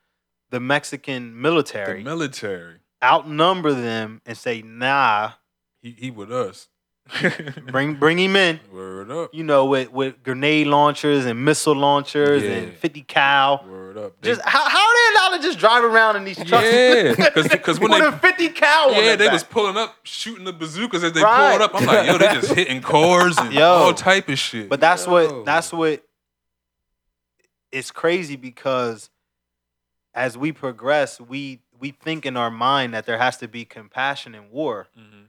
the Mexican The military, military. outnumber them, and say, "Nah, He he with us. bring bring him in." Word up. You know, with with grenade launchers and missile launchers and Yeah. fifty cal. Word up. They- Just how how are they allowed to just drive around in these trucks? Yeah, 'cause- 'cause when with they- a fifty cal. on yeah, their they back. was pulling up, shooting the bazookas as they Right. pulled up. I'm like, yo, they just hitting cars and Yo. all type of shit. But that's Yo. what that's what it's crazy because as we progress, we we think in our mind that there has to be compassion in war. Mhm.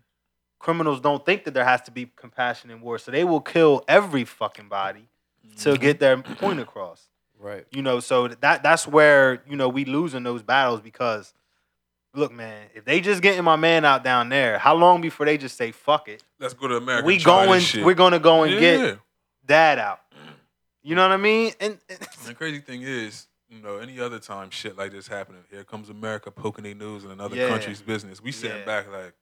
Criminals don't think that there has to be compassion in war, so they will kill every fucking body Mm-hmm. to get their point across. right. You know, so that that's where you know we losing those battles because. Look, man, if they just getting my man out down there, how long before they just say fuck it? Let's go to America. we and try this going, shit. we're gonna go and get Yeah. that out. You know what I mean? And, and- The crazy thing is, you know, any other time shit like this happening, here comes America poking their nose in another Yeah. country's business. We sitting Yeah. back like,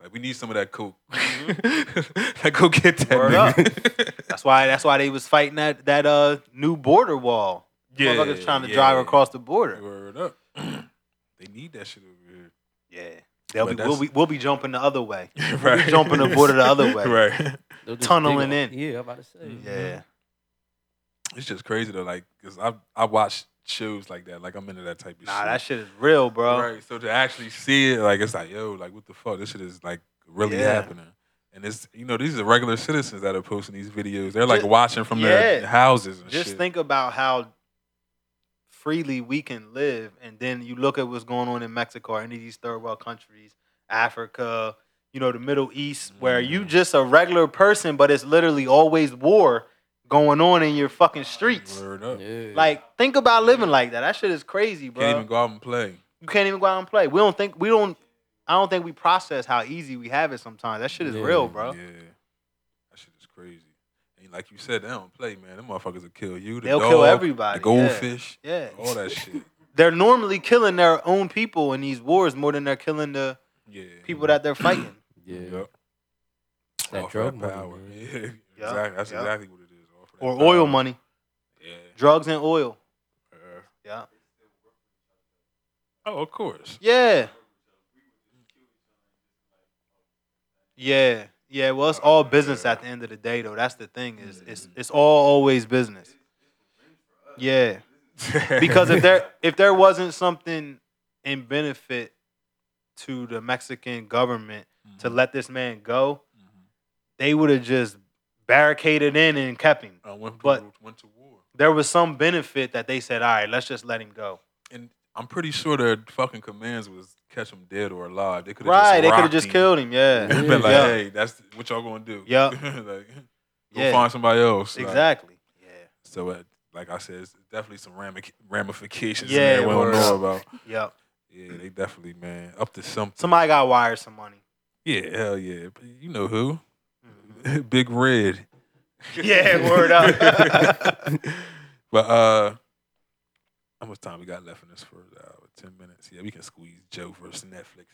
like we need some of that coke. like go get that. Word nigga. that's why that's why they was fighting that that uh new border wall. Yeah, Motherfuckers trying to yeah. drive across the border. Word up. they need that shit over here. Yeah. They'll But be, that's- we'll, be, we'll be jumping the other way. right. jumping the border the other way. Right. They'll just Tunneling dig in. Yeah, I'm about to say. Mm-hmm. Yeah. It's just crazy though, like, cause I I watch shows like that, like I'm into that type of shit. Nah, that shit is real, bro. Right. So to actually see it, like, it's like, yo, like, what the fuck? This shit is like really Yeah. happening. And it's you know these are regular citizens that are posting these videos. They're like Just- watching from yeah. their houses and Just shit. think about how freely we can live and then you look at what's going on in Mexico or any of these third world countries, Africa, you know, the Middle East, where you Mhm. just a regular person, but it's literally always war going on in your fucking streets. Word up. Yeah. Like, think about living like that. That shit is crazy, bro. Can't even go out and play. you can't even go out and play. We don't think we don't. I don't think we process how easy we have it sometimes. That shit is Yeah, real, bro. Yeah. That shit is crazy. And like you said, they don't play, man. Them motherfuckers will kill you. The They'll dog, kill everybody, The goldfish. Yeah. All that shit. They're normally killing their own people in these wars more than they're killing the Yeah. people that they're fighting. yeah. Yep. It's that Off drug money, power. man. Yeah. Exactly. That's Yup. exactly what it is. Off of that or power. oil money, Yeah. drugs and oil. Uh, Yeah. oh, of course. Yeah. Yeah. Yeah. Well, it's all business at the end of the day, though. That's the thing is it's it's all always business. Yeah. because if there if there wasn't something in benefit to the Mexican government to let this man go, they would have just barricaded in and kept him. I went to, but- went to war. There was some benefit that they said, "All right, let's just let him go." And I'm pretty sure their fucking commands was catch him dead or alive. They could have Right? Just They could have rocked just him. killed him. Yeah. They'd been like, Yeah. hey, that's what y'all gonna do. Yeah. like, go Yeah. find somebody else. Like, Exactly. Yeah. so, uh, like I said, it's definitely some ramic- ramifications. Yeah, Yeah, we don't word. know about. Yep. Yeah, they definitely man up to something. Somebody got wired some money. Yeah, hell yeah. You know who? Big Red. Yeah, word up. but uh how much time we got left in this first hour? Ten minutes. Yeah, we can squeeze Joe versus Netflix.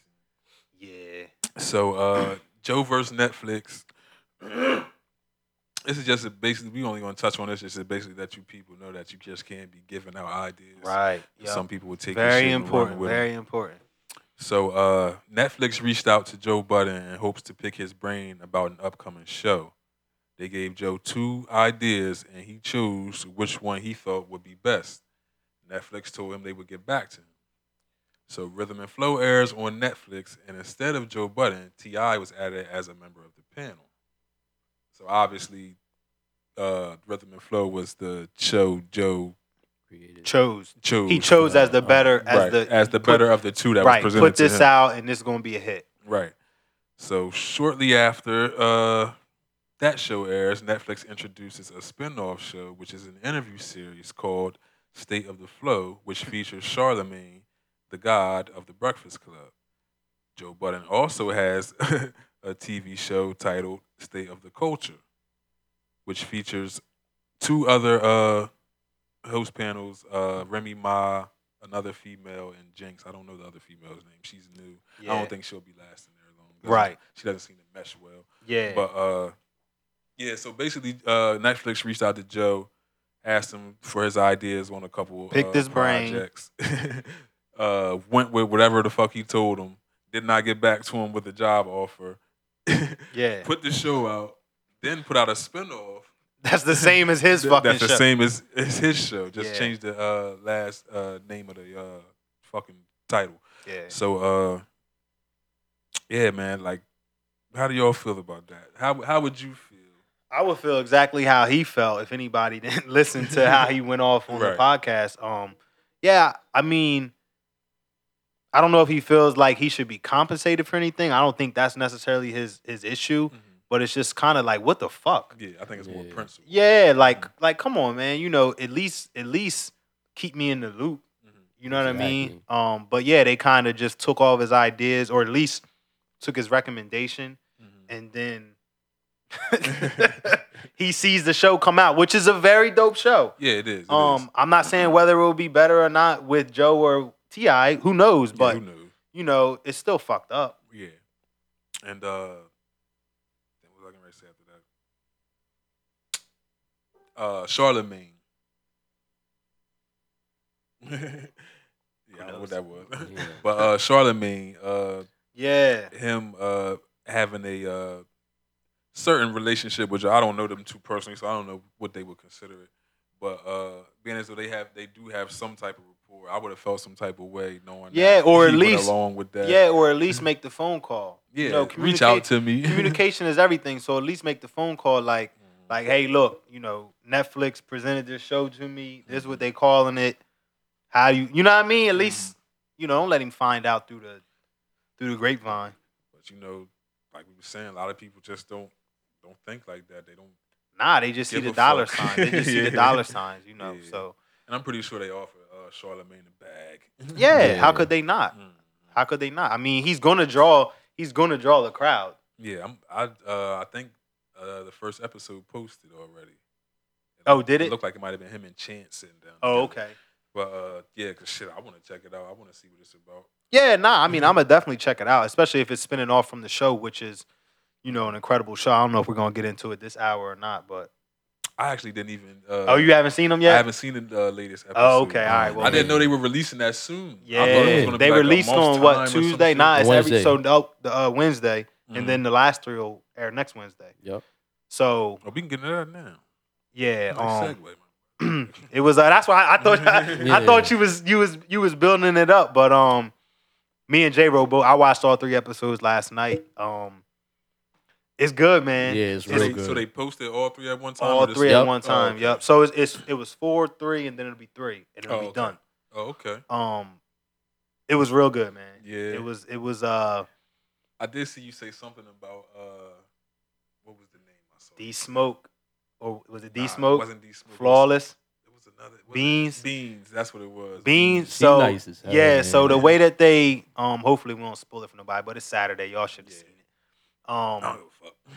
Yeah. So uh Joe versus Netflix. this is just a basically we only gonna touch on this. It's just basically that you people know that you just can't be giving out ideas. Right. Yep. Some people will take your very shit and run important. with it. Very important. So uh, Netflix reached out to Joe Budden in hopes to pick his brain about an upcoming show. They gave Joe two ideas, and he chose which one he thought would be best. Netflix told him they would get back to him. So Rhythm and Flow airs on Netflix, and instead of Joe Budden, Ti was added as a member of the panel. So obviously, uh, Rhythm and Flow was the show Joe Created. Chose. chose. He chose as the better, as uh, Right, the as the put- better of the two that right. was presented Put to this him. out, and this is gonna be a hit. Right. So shortly after uh, that show airs, Netflix introduces a spin-off show, which is an interview series called State of the Flow, which features Charlemagne, the god of the Breakfast Club. Joe Budden also has a TV show titled State of the Culture, which features two other uh, host panels, uh, Remy Ma, another female, and Jinx. I don't know the other female's name. She's new. Yeah. I don't think she'll be lasting there long. Doesn't- Right. She doesn't seem to mesh well. Yeah. But uh, yeah. So basically, uh, Netflix reached out to Joe, asked him for his ideas on a couple Pick uh, his brain. projects. uh, went with whatever the fuck he told him. Did not get back to him with a job offer. yeah. Put the show out. Then put out a spinoff. That's the same as his Th- fucking That's the show. same as, as his show. Just Yeah. change the uh, last uh, name of the uh, fucking title. Yeah. So uh yeah, man, like how do y'all feel about that? How how would you feel? I would feel exactly how he felt if anybody didn't listen to how he went off on the Right. podcast. Um, yeah, I mean, I don't know if he feels like he should be compensated for anything. I don't think that's necessarily his his issue, but it's just kind of like, what the fuck? Yeah, I think it's more Yeah. principle. Mm-hmm. Yeah, like like come on, man. You know, at least at least keep me in the loop. Mhm. You know what I mean? Um, but yeah, they kind of just took all of his ideas, or at least took his recommendation Mhm. and then he sees the show come out, which is a very dope show. Yeah, it is. it is. Um, I'm not saying whether it will be better or not with Joe or Ti. Who knows? Yeah, But who knew? you know, it's still fucked up. Yeah. And uh then what was I gonna say after that? Uh Charlemagne. yeah, I don't know what knows? that was. Yeah. but uh Charlemagne, uh Yeah, him uh, having a uh, certain relationship, which I don't know them two personally, so I don't know what they would consider it. But uh, being as though they have, they do have some type of rapport. I would have felt some type of way knowing. Yeah, that or he went at least- along with that. yeah, or at least make the phone call. yeah. you know, reach communicate- out to me. Communication is everything, so at least make the phone call. Like, Mm-hmm. like, hey, look, you know, Netflix presented this show to me. This is what they calling it. How you, you know what I mean? At least, you know, don't let him find out through the through the grapevine. but you know, like we were saying, a lot of people just don't don't think like that. They don't, Nah, they just see Give the a dollar fuck. signs. They just see Yeah. the dollar signs, you know. Yeah. So and I'm pretty sure they offer uh, Charlemagne a bag. yeah, how Yeah. could they not? Mhm. How could they not? I mean, he's gonna draw. He's gonna draw the crowd. Yeah, I'm, I uh, I think uh, the first episode posted already. Oh, did it? Looked like it might have been him and Chance sitting down. Oh, together. okay. But uh, yeah, cause shit, I want to check it out. I want to see what it's about. Yeah, nah. I mean, Mhm. I'm gonna definitely check it out, especially if it's spinning off from the show, which is, you know, an incredible show. I don't know if we're gonna get into it this hour or not, but I actually didn't even. Uh, oh, you haven't seen them I yet? haven't seen the uh, latest episode. Oh, okay. All right. I Well, I didn't yeah. know they were releasing that soon. I thought it was Yeah, gonna be they like a released it month's on what time or some Tuesday shit. Nah, it's every Wednesday. so no, the uh, Wednesday, Mhm. and then the last three will air next Wednesday. Yep. So Oh, we can get into that now. yeah, Nice um, segue, man. it was uh, that's why I, I thought I, Yeah. thought you was you was you was building it up, but um, me and J Robo, I watched all three episodes last night. Um, it's good, man. Yeah, it's So real they, good. so they posted all three at one time. all or just- three Yep. at one Oh, time. okay. Yep. So it's, it's it was four, three, and then it'll be three, and it'll Oh, be okay. done. Oh, okay. Um, it was real good, man. Yeah. It was it was uh I did see you say something about uh, what was the name I saw? D Smoke, or was it Nah, D it Smoke? wasn't D Smoke. Flawless It was another was it- Beans. Beans. That's what it was. Beans. She So nice as hell, yeah, so the man. way that they um hopefully we won't spoil it for nobody, but it's Saturday. Y'all should have Yeah. Oh. I seen it. Um,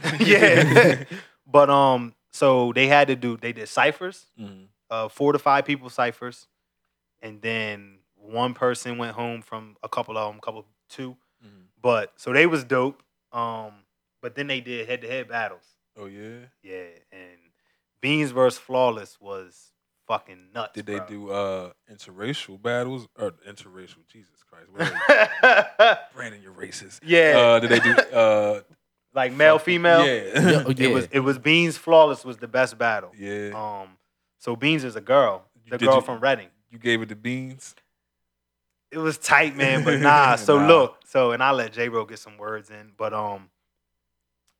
don't give a fuck. yeah. but um, so they had to do they did ciphers, Mhm. uh, four to five people ciphers, and then one person went home from a couple of them, couple two. Mhm. But so they was dope. Um, but then they did head to head battles. Oh yeah. Yeah, and Beans versus Flawless was fucking nuts. Did they bro. do uh interracial battles or interracial? Jesus Christ, where are you? yeah. Brandon, you're racist. Uh, did they do uh like male female? Yeah, oh, yeah. It was it was Beans Flawless was the best battle. yeah. Um, so Beans is a girl, the Did you- girl from Reading. You gave it the beans. It was tight, man, but nah. So Nah. look, so and I let J Bro get some words in, but um,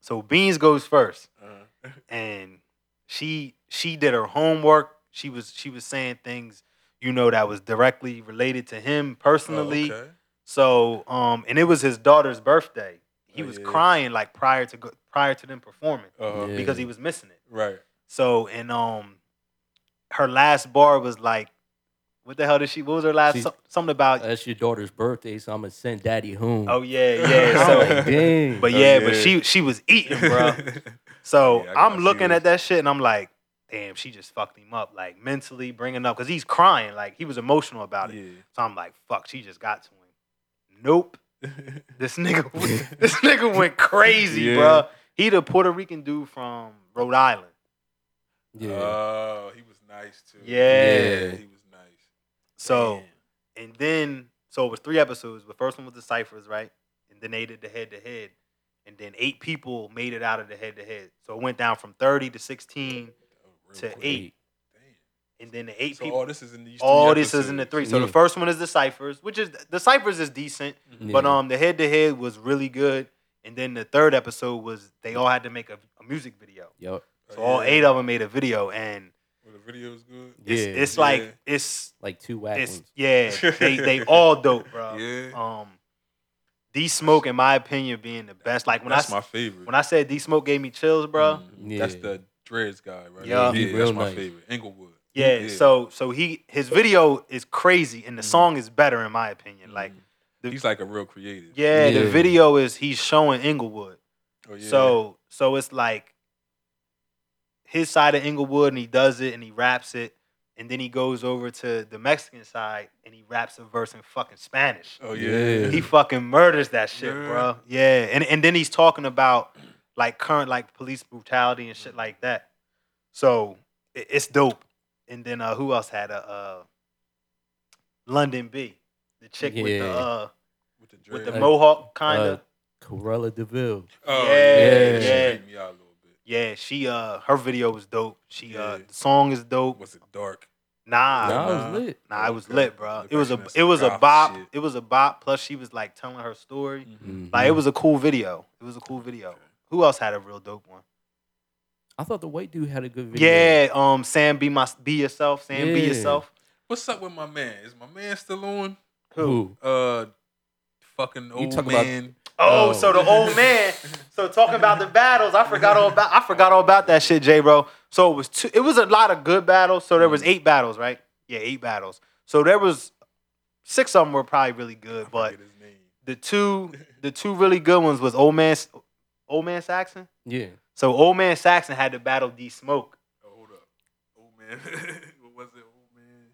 so Beans goes first, Uh, and she she did her homework. She was she was saying things, you know, that was directly related to him personally. Oh, okay. So, um, and it was his daughter's birthday. He Oh, was yeah. crying like prior to go, prior to them performing Uh, Yeah. because he was missing it. Right. So, and um, her last bar was like, what the hell did she? What was her last? She- so- something about? That's your daughter's birthday, so I'm gonna send daddy home. oh yeah, yeah. I'm So, like, dang. but Oh, yeah, but yeah. she she was eating, bro. So Yeah, I got I'm looking you. at that shit and I'm like, damn, she just fucked him up, like mentally bringing up because he's crying, like he was emotional about it. yeah. So I'm like, fuck, she just got to him. Nope. This nigga, went- this nigga went crazy, Yeah. bro. He the Puerto Rican dude from Rhode Island. yeah. Oh, he was nice too. Yeah. Yeah. he was nice. So and then so it was three episodes. The first one was the ciphers, right? And then they did the head to head, and then eight people made it out of the head to head. So it went down from thirty to sixteen, Oh, real To quick. eight Damn. and then the eight So people. all this is in these. All this is in the three. So the Mm. Yeah. first one is the ciphers, which is the ciphers is decent, Yeah. but um the head to head was really good. And then the third episode was they all had to make a, a music video. Yup. Oh, So all eight of them made a video, and Well, the video is good. Yeah. it's, it's Yeah. like it's like two whack it's ones. yeah they they all dope, bro. Yeah. Um, D Smoke, in my opinion, being the best. Like when that's I my favorite. when I said D Smoke gave me chills, bro. Mhm. That's Mm-hmm. Yeah. the Dreads guy, right? Yeah. He yeah real that's my nice. favorite. Englewood. Yeah, So so he his video is crazy and the Mhm. song is better in my opinion. Mm-hmm. Like the- he's like a real creative. yeah, the Yeah. video is he's showing Inglewood. Oh, yeah. So so it's like his side of Inglewood and he does it and he raps it and then he goes over to the Mexican side and he raps a verse in fucking Spanish. Oh yeah. He fucking murders that shit, Yeah. bro. Yeah, and and then he's talking about like current like police brutality and shit like that. So it, it's dope. And then uh, who else had a uh, London B, the chick with the Yeah. uh, with the with the dreads. mohawk kind of. Uh, Corella Deville. Oh, Yeah, She yeah. freaked me out a little bit. yeah, she uh her video was dope. She uh Yeah. the song is dope. Was it dark? Nah, Nah, it nah, was lit. it was lit, bro. It was a That's it was a goth bop. shit. It was a bop. Plus she was like telling her story. Mm-hmm. Mhm. Like it was a cool video. It was a cool video. Who else had a real dope one? I thought the white dude had a good video. Yeah, um, Sam, be my be yourself. Sam, be Yeah. yourself. What's up with my man? Is my man still on? Who? Uh, fucking old talking about- man. Oh, Oh. so the old man. So talking about the battles, I forgot all about. I forgot all about that shit, J. Bro. So it was two. It was a lot of good battles. So there Mm. was eight battles, right? Yeah, eight battles. So there was six of them were probably really good, I but forget his name. Oh, the two the two really good ones was old man S- old man Saxon. Yeah. So old man Saxon had to battle D Smoke. Oh, hold up, old man. what was it, old man?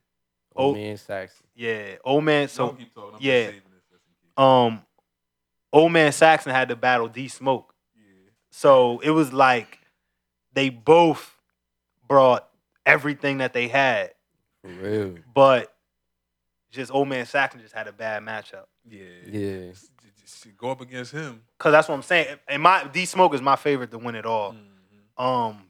Old Oh. man Saxon. Yeah, old man. So Don't keep talking. I'm just yeah. saving this just in case. um old man Saxon had to battle D Smoke. Yeah. So it was like they both brought everything that they had, For real. but just old man Saxon just had a bad matchup. Yeah. Yeah. Just- just- just Go up against him. Cause that's what I'm saying. And my D Smoke Oh. Mm. is my favorite to win it all. Mhm. Um,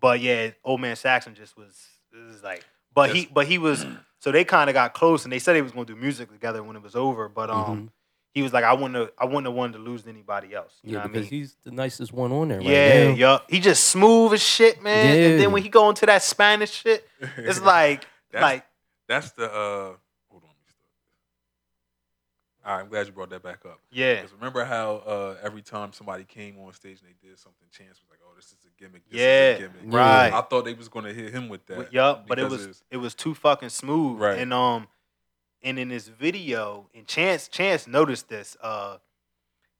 but yeah, old man Saxon just was This is like, but he Just- but he was so they kind of got close, and they said they was gonna do music together when it was over. But um, Mm-hmm. he was like, I wouldn't have, I wouldn't have wanted to lose to anybody else. You yeah, know what I because mean? he's the nicest one on there. Right yeah, now. yup. He just smooth as shit, man. And Yeah. then when he go into that Spanish shit, it's like That's- like that's the. Uh, hold on, let me start. All right, I'm glad you brought that back up. yeah, Because remember how uh, every time somebody came on stage and they did something, Chance was like, "Oh, this is a gimmick. This Yeah, is a gimmick." right. I thought they was gonna hit him with that. yup. But it because was it's- it was too fucking smooth. Right. And um, and in this video, and Chance Chance noticed this. Uh,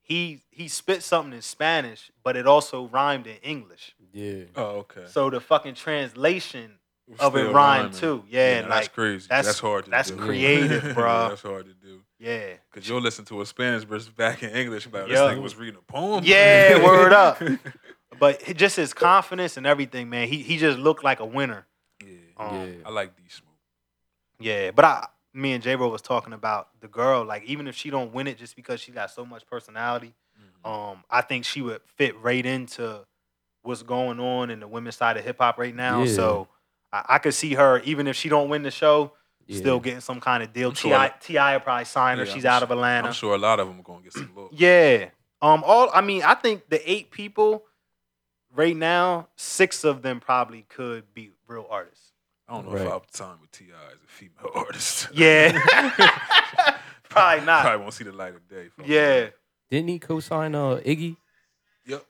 he he spit something in Spanish, but it also rhymed in English. yeah. oh okay. So the fucking translation was of it still rhymed rhyming. too. Yeah, Yeah, like that's crazy. that's- That's, hard to that's do. creative, Yeah, bruh. that's hard to do. yeah. Cause you'll listen to a Spanish verse back in English, but this Yo. nigga was reading a poem. Yeah, word up. But he- just his confidence and everything, man. He he just looked like a winner. yeah, Um, I like D Smoke. Yeah, but I, me and J Bro was talking about the girl. Like, even if she don't win it, just because she got so much personality, Mhm. um, I think she would fit right into what's going on in the women's side of hip hop right now. Yeah. So I, I could see her, even if she don't win the show, yeah. still getting some kind of deal. I'm Ti sure- Ti will probably sign her. Yeah, She's I'm out su- of Atlanta. I'm sure a lot of them are gonna get some love. Yeah. Um. All. I mean, I think the eight people right now, six of them probably could be real artists. I don't know if Right. I'll sign with Ti as a female artist. Yeah. Probably not. Probably won't see the light of day. fuck Yeah. that. Didn't he co-sign uh, Iggy? Yep.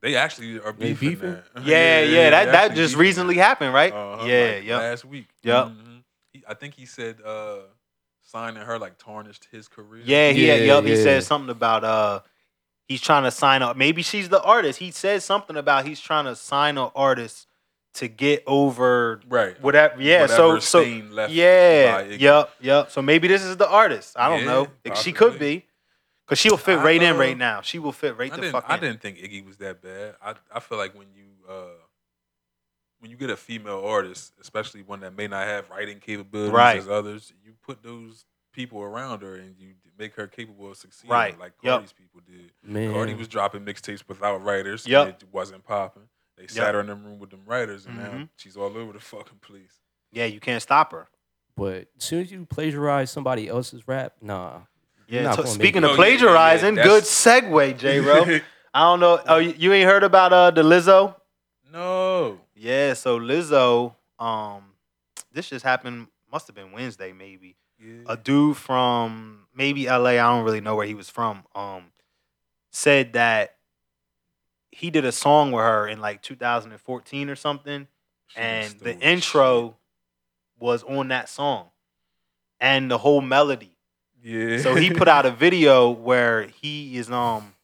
They actually are They beefing. beefing? there. Yeah. Yeah. that they that actually just beefing recently there. happened, right? Uh-huh, yeah. like yeah. Last week. Yep. Mhm. He, I think he said uh, signing her like tarnished his career. Yeah. He. Yeah. Yeah, Yup. He yeah. said something about uh. He's trying to sign up. Maybe she's the artist. He said something about he's trying to sign an artist to get over Right. whatever. Yeah. so Whatever so stain left Yeah. by Iggy. Yep. Yep. So maybe this is the artist. I don't Yeah, know. Like, She could possibly. be, cause she'll fit I right in know. right now. She will fit right I the didn't, fuck I in. didn't think Iggy was that bad. I, I feel like when you uh, when you get a female artist, especially one that may not have writing capabilities Right. as others, you put those people around her and you make her capable of succeeding, Right. like Yep. Cardi's people did. Man, Cardi was dropping mixtapes without writers. Yep. and it wasn't popping. They sat Yep. her in the room with them writers, and now Mhm. she's all over the fucking place. Yeah, you can't stop her. but as soon as you plagiarize somebody else's rap, nah. Yeah. Not so- gonna speaking make of it. Oh, yeah, yeah, yeah, plagiarizing, good that's- segue, J. Ro. I don't know. Oh, you, you ain't heard about uh the Lizzo? no. Yeah. So Lizzo, um, this just happened. Must have been Wednesday, maybe. Yeah. a dude from maybe LA, I don't really know where he was from, um, said that he did a song with her in like 2014 or something, She was and the doing intro was on that song and the whole melody. shit. Yeah. So he put out a video where he is um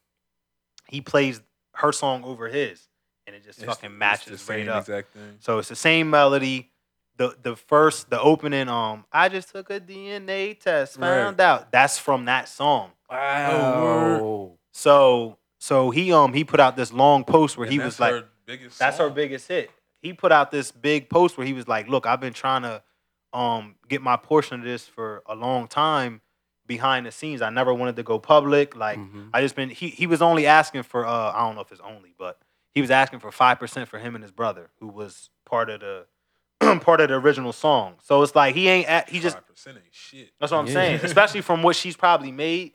he plays her song over his and it just It's- fucking it's the matches same right up. Exact thing. So it's the same melody. The the first the opening um I just took a DNA test found out that's from that song. Oh, Wow. So so he um he put out this long post where And he that's was like her biggest that's her song. biggest hit. He put out this big post where he was like, "Look, I've been trying to um get my portion of this for a long time behind the scenes. I never wanted to go public like Mhm. I just been he he was only asking for uh I don't know if it's only, but he was asking for five percent for him and his brother, who was part of the part of the original song. So it's like he ain't at, he just 5% ain't shit. that's what I'm Yeah. saying. Especially from what she's probably made.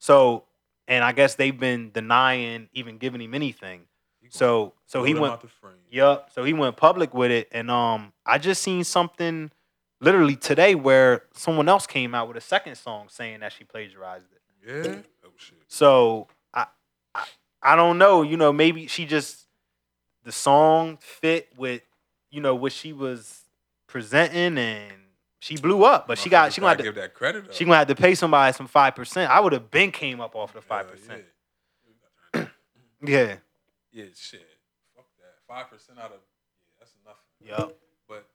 So and I guess they've been denying even giving him anything. You gonna So so blow he them went out the frame. Yup. So he went public with it, and um, I just seen something literally today where someone else came out with a second song saying that she plagiarized it. Yeah. Oh shit. So I, I, I don't know. You know, maybe she just the song fit with you know what she was presenting, and she blew up. But she got she got gonna to have to, give that credit. up. she gonna have to pay somebody some five percent. I would have been came up off the five percent. Yeah, Yeah. yeah. Yeah, shit. Fuck that. Five percent out of yeah, that's nothing. Yup. But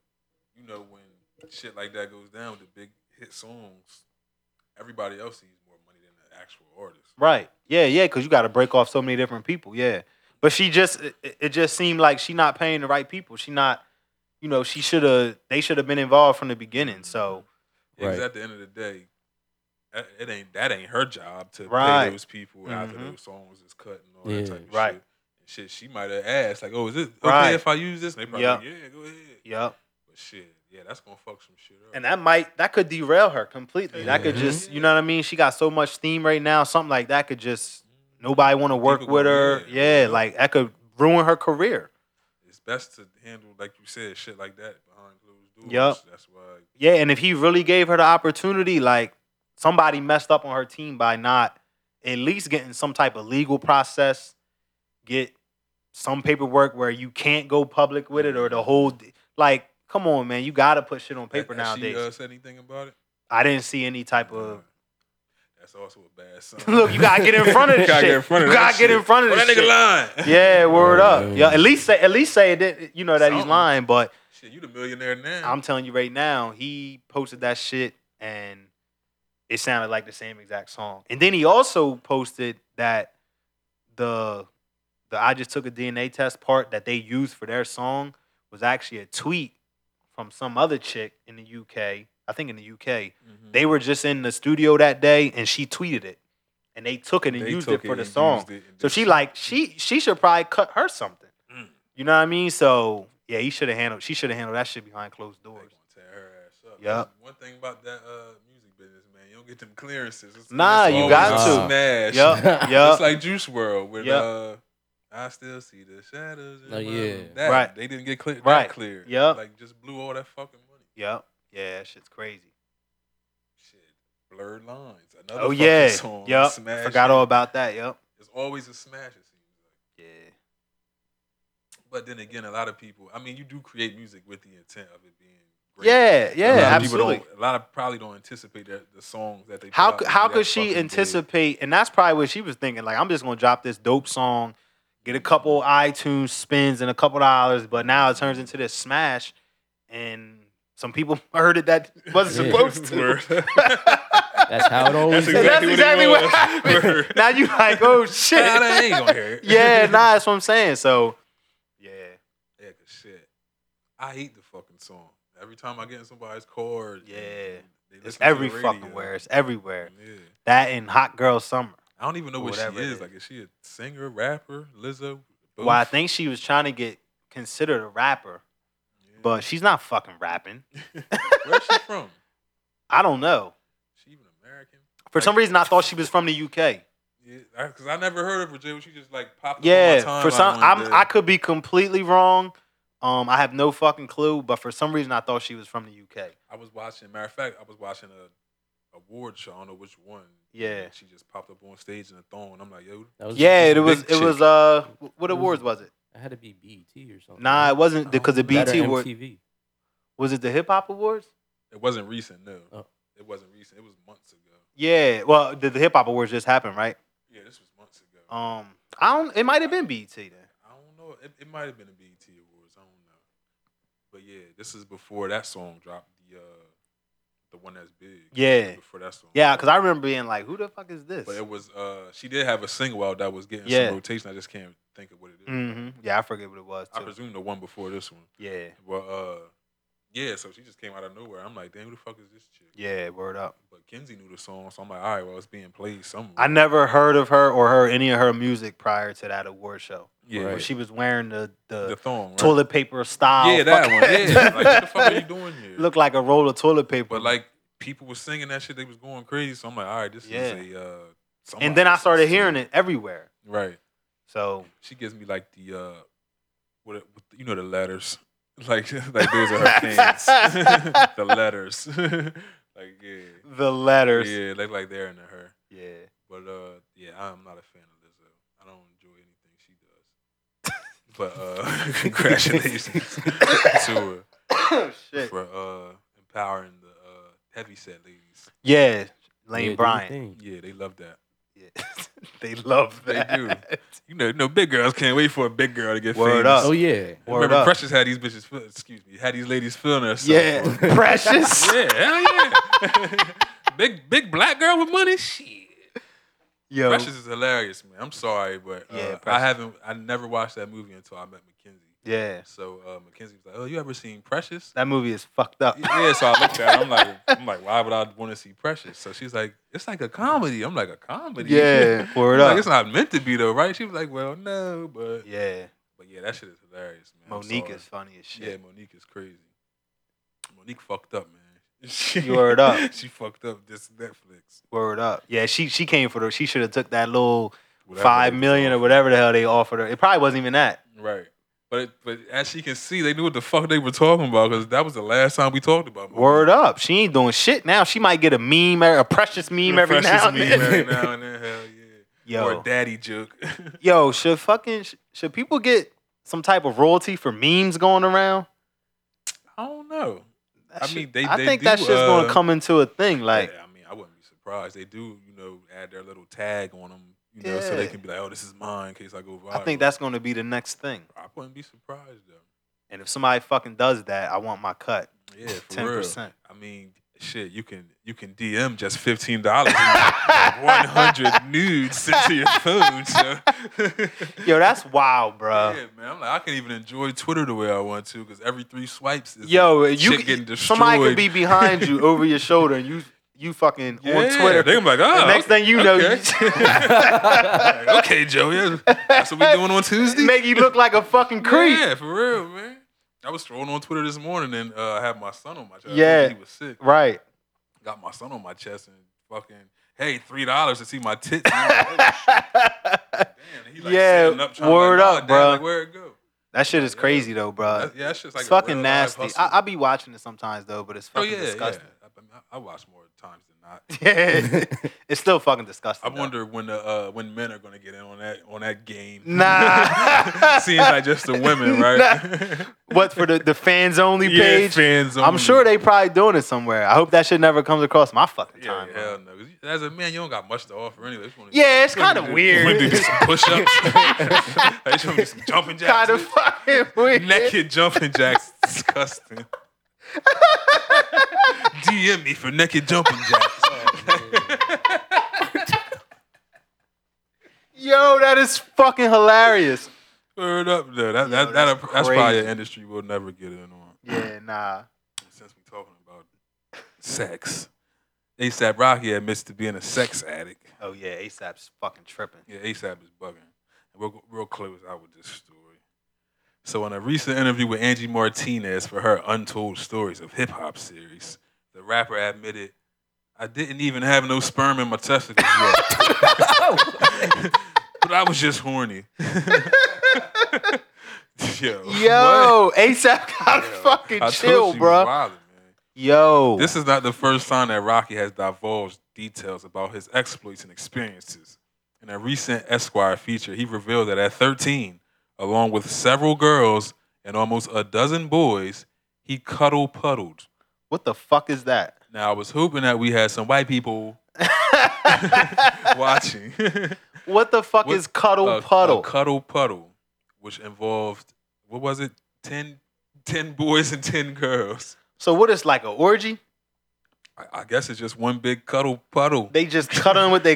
you know when shit like that goes down with the big hit songs, everybody else sees more money than the actual artist. Right. Yeah, yeah, because you got to break off so many different people. Yeah. But she just, it, it- it just seemed like she not paying the right people. She not, you know, she should have, they should have been involved from the beginning. So, Yeah, 'cause Right. at the end of the day, that- it ain't that ain't her job to Right. pay those people after Mhm. those songs is cut and all that Yeah. type of Right. shit. And shit, she might have asked like, "Oh, is it okay Right. if I use this?" And they probably, Yeah. like, yeah, go ahead. yep. But Shit, yeah, that's gonna fuck some shit up. And that might that could derail her completely. That could Mhm. just you know what I mean. She got so much steam right now. Something like that could just Mm. nobody want to work People with gonna- her. yeah. Yeah, like that could ruin her career. it's best to handle, like you said, shit like that behind closed doors. Yup. That's why. Yeah, and if he really gave her the opportunity, like somebody messed up on her team by not at least getting some type of legal process, get some paperwork where you can't go public with it or the whole like. Come on, man! You gotta put shit on paper Has- has nowadays. She uh, said anything about it? I didn't see any type of Nah. That's also a bad sign. Look, you gotta get in front of You this gotta shit. get in front of You that gotta get in shit. front of Well, that this nigga shit. lying. Yeah, word Yeah. up. Yeah, at least say at least say it didn't, you know that he's Something. lying, but Shit, you the millionaire now. I'm telling you right now, he posted that shit and it sounded like the same exact song. And then he also posted that the the I just took a DNA test part that they used for their song was actually a tweet from some other chick in the UK. I think in the UK. Mhm. They were just in the studio that day and she tweeted it. And they took it and They used took it for the and song. used it and So did she shit. like she she should probably cut her something. Mm. You know what I mean? So yeah, he should have handled she should have handled that shit behind closed They gonna doors. tear her ass up. Yup. One thing about that uh, music business, man, you don't get them clearances. It's, Nah, it's you always got a to. Smash. Yup, It's yup. like Juice World with Yup. uh, I still see the shadows. in Oh, my room. yeah. That, Right. They didn't get clear. That Right. clear. Yup. Like just blew all that fucking money. Yep. Yeah, that shit's crazy. Shit. Blurred lines. Another Oh fucking yeah. Song. Yep. Smash. Forgot all about that. Yep. It's always a smash. It seems like. Yeah. But then again, a lot of people. I mean, you do create music with the intent of it being. great. Yeah, a yeah, lot of people absolutely. Don't, a lot of probably don't anticipate that the songs that they. put How out could will how be that could she fucking big. anticipate? And that's probably what she was thinking. Like, I'm just gonna drop this dope song, get a couple iTunes spins and a couple dollars, but now it turns into this smash, and some people heard it that wasn't Yeah. supposed to. That's how it always And that's what it exactly what was. happened. Word. now you like, oh shit. Nah, that ain't gonna hurt. yeah, nah, that's what I'm saying. So, yeah, Yeah, 'cause shit. I hate the fucking song. Every time I get in somebody's car, Yeah. and they listen it's to the every radio. fucking where. It's everywhere. Yeah. That and Hot Girl Summer. I don't even know what Whatever she it is. is. Like, is she a singer, rapper, Lizzo? Well, I think she was trying to get considered a rapper, but she's not fucking rapping. where's she from? I don't know. She even American? For some reason, I thought she was from the UK. Yeah, because I never heard of her. Jay. She just like popped. up on Yeah, my for some, timeline one I'm, day. I could be completely wrong. Um, I have no fucking clue, but for some reason, I thought she was from the UK. I was watching. Matter of fact, I was watching a award show. I don't know which one. Yeah. She just popped up on stage in a thong. I'm like, yo, That was- Yeah, it big was. It chick. was. Uh, Who's what awards was it? It had to be BET or something. Nah, it wasn't because the That or BT BT award MTV. was it the hip hop awards? it wasn't recent. No, Oh. it wasn't recent. It was months ago. Yeah. Well, the, the hip hop awards just happened, right? Yeah, this was months ago. Um, I don't. It might have been BT then. I don't know. It, it might have been a BET Awards. I don't know. But yeah, this is before that song dropped. The uh, the one that's big. Yeah. Before that song. Yeah, dropped. because I remember being like, "Who the fuck is this?" But it was uh, she did have a single out that was getting Yeah. some rotation. I just can't think of what it is. hmm Yeah, I forget what it was I too. presume the one before this one. Yeah, Well, uh, yeah. So she just came out of nowhere. I'm like, damn, who the fuck is this chick? yeah. Word up. But Kenzie knew the song, so I'm like, all right, well, it's being played somewhere. I never heard of her or heard any of her music prior to that award show. Yeah, Where Right. she was wearing the the, the thong. Right? toilet paper style. Yeah, that fucking- one. Yeah. like, what the fuck are you doing here? Looked like a roll of toilet paper. But like people were singing that shit, they was going crazy. So I'm like, all right, this Yeah. is a. Uh, somebody and then I else's started song. hearing it everywhere. Right. So She gives me like the uh, what it- what the- you know the letters, like like those are her fans. the letters, like yeah, the letters. yeah, they like they're into her. yeah. But uh, yeah, I'm not a fan of Lizzo. I don't enjoy anything she does. but uh, congratulations to her Shit. for uh empowering the uh heavyset ladies. Yeah, Yeah, Lane do your Bryant. thing. Yeah, they love that. Yeah. they love They that. do. You know, you know, big girls can't wait for a big girl to get Word famous. up. Oh yeah. I Word Remember, up. Precious had these bitches. feel- Excuse me, had these ladies feeling herself. Yeah, precious. yeah, hell yeah. big, big black girl with money. Shit. Yo, Precious is hilarious, man. I'm sorry, but uh, Yeah, I Precious. haven't. I never watched that movie until I met Mackenzie. yeah, So uh, Mackenzie was like, "Oh, you ever seen Precious?" that movie is fucked up. yeah, so I looked at her. I'm like, I'm like, why would I want to see Precious? So she's like, it's like a comedy. I'm like, a comedy? Yeah, word I'm like, up. it's not meant to be though, right? She was like, well, no, but Yeah, but yeah, that shit is hilarious, man. I'm Monique sorry. is funny as yeah, shit. Monique is crazy. Monique fucked up, man. You heard up. she fucked up this Netflix. Word up. Yeah, she she came for the. She should have took that little Whatever five it was million or off. whatever the hell they offered her. It probably wasn't even that. Right. But it, but as she can see, they knew what the fuck they were talking about because that was the last time we talked about. Monique. Word up. She ain't doing shit now. She might get a meme, or a precious meme every Precious now and meme then. every now and then, hell yeah. Or Yo, a daddy joke. I yo, should fucking should people get some type of royalty for memes going around? don't know. That I shit- mean, they- I they think do, that shit's gonna uh, come into a thing. Like, Yeah, I mean, I wouldn't be surprised. They do, you know, add their little tag on them, you know, so they Yeah. can be like, oh, this is mine in case I go viral. I think that's gonna be the next thing. I wouldn't be surprised though. And if somebody fucking does that, I want my cut. Yeah, for Ten real. percent. I mean, shit, you can you can DM just fifteen dollars, one hundred nudes sent to your phone. So. Yo, uh, that's wild, bro. yeah, man. I'm like, I can even enjoy Twitter the way I want to because every three swipes is Yo, like, you shit getting destroyed. somebody could be behind you over your shoulder, and you you fucking Yeah, on Twitter. They're gonna be like, oh, the next thing you know, okay. Like, okay, Joey, that's what we doing on you Tuesday. make you look like a fucking creep. Yeah, for real, man. I was scrolling on Twitter this morning and uh, I had my son on my chest. Yeah. he was sick. Right. Got my son on my chest and fucking, hey, three dollars to see my tits. And I'm like, oh, damn, he like Yeah, standing up, trying to, word like, nah, up, damn, bruh. Like, where it go? that shit is Yeah. crazy though, bro. That- yeah, that's just like it's a fucking real life nasty. hustle. I, I be watching it sometimes though, but it's oh fucking yeah, disgusting. yeah. I, mean, I- I watch more times than not. it's still fucking I disgusting. though. wonder when the uh, when men are gonna get in on that on that game. Nah. seems like just the women, right? what for the, the fans only Yeah, page. fans I'm only. sure they probably doing it somewhere. I hope that shit never comes across my fucking Yeah, time. bro. hell no. 'Cause you- As a man, you don't got much to offer anyway. Just wanna- Yeah, it's just wanna kinda do- weird. wanna do some push-ups. I just want to do some jumping jacks. Kind of fucking weird. Naked jumping jacks, disgusting. DM me for naked jumping jacks. Yo, that is fucking hilarious. Word up, though. That, that, that's that's, that's probably an crazy. industry we'll never get in on. Yeah, nah. Since we're talking about sex, ASAP Rocky admits to being a sex addict. Oh yeah, ASAP's fucking tripping. Yeah, ASAP is bugging. And We'll, we'll close out with this story. So, in a recent interview with Angie Martinez for her Untold Stories of Hip Hop series, the rapper admitted, I didn't even have no sperm in my testicles yet, but I was just horny. Yo. what? Yo, ASAP got to Yo, fucking I told chill, you, bro. wildin', man. Yo, This is not the first time that Rocky has divulged details about his exploits and experiences. In a recent Esquire feature, he revealed that at 13, along with several girls and almost a dozen boys, he cuddle puddled. what the fuck is that? Now, I was hoping that we had some white people watching. what the fuck What- is cuddle A- a puddle? cuddle puddle, which involved, what was it, 10, 10 boys and 10 girls. so what is like a orgy? I, I guess it's just one big cuddle puddle. They just cuddling with their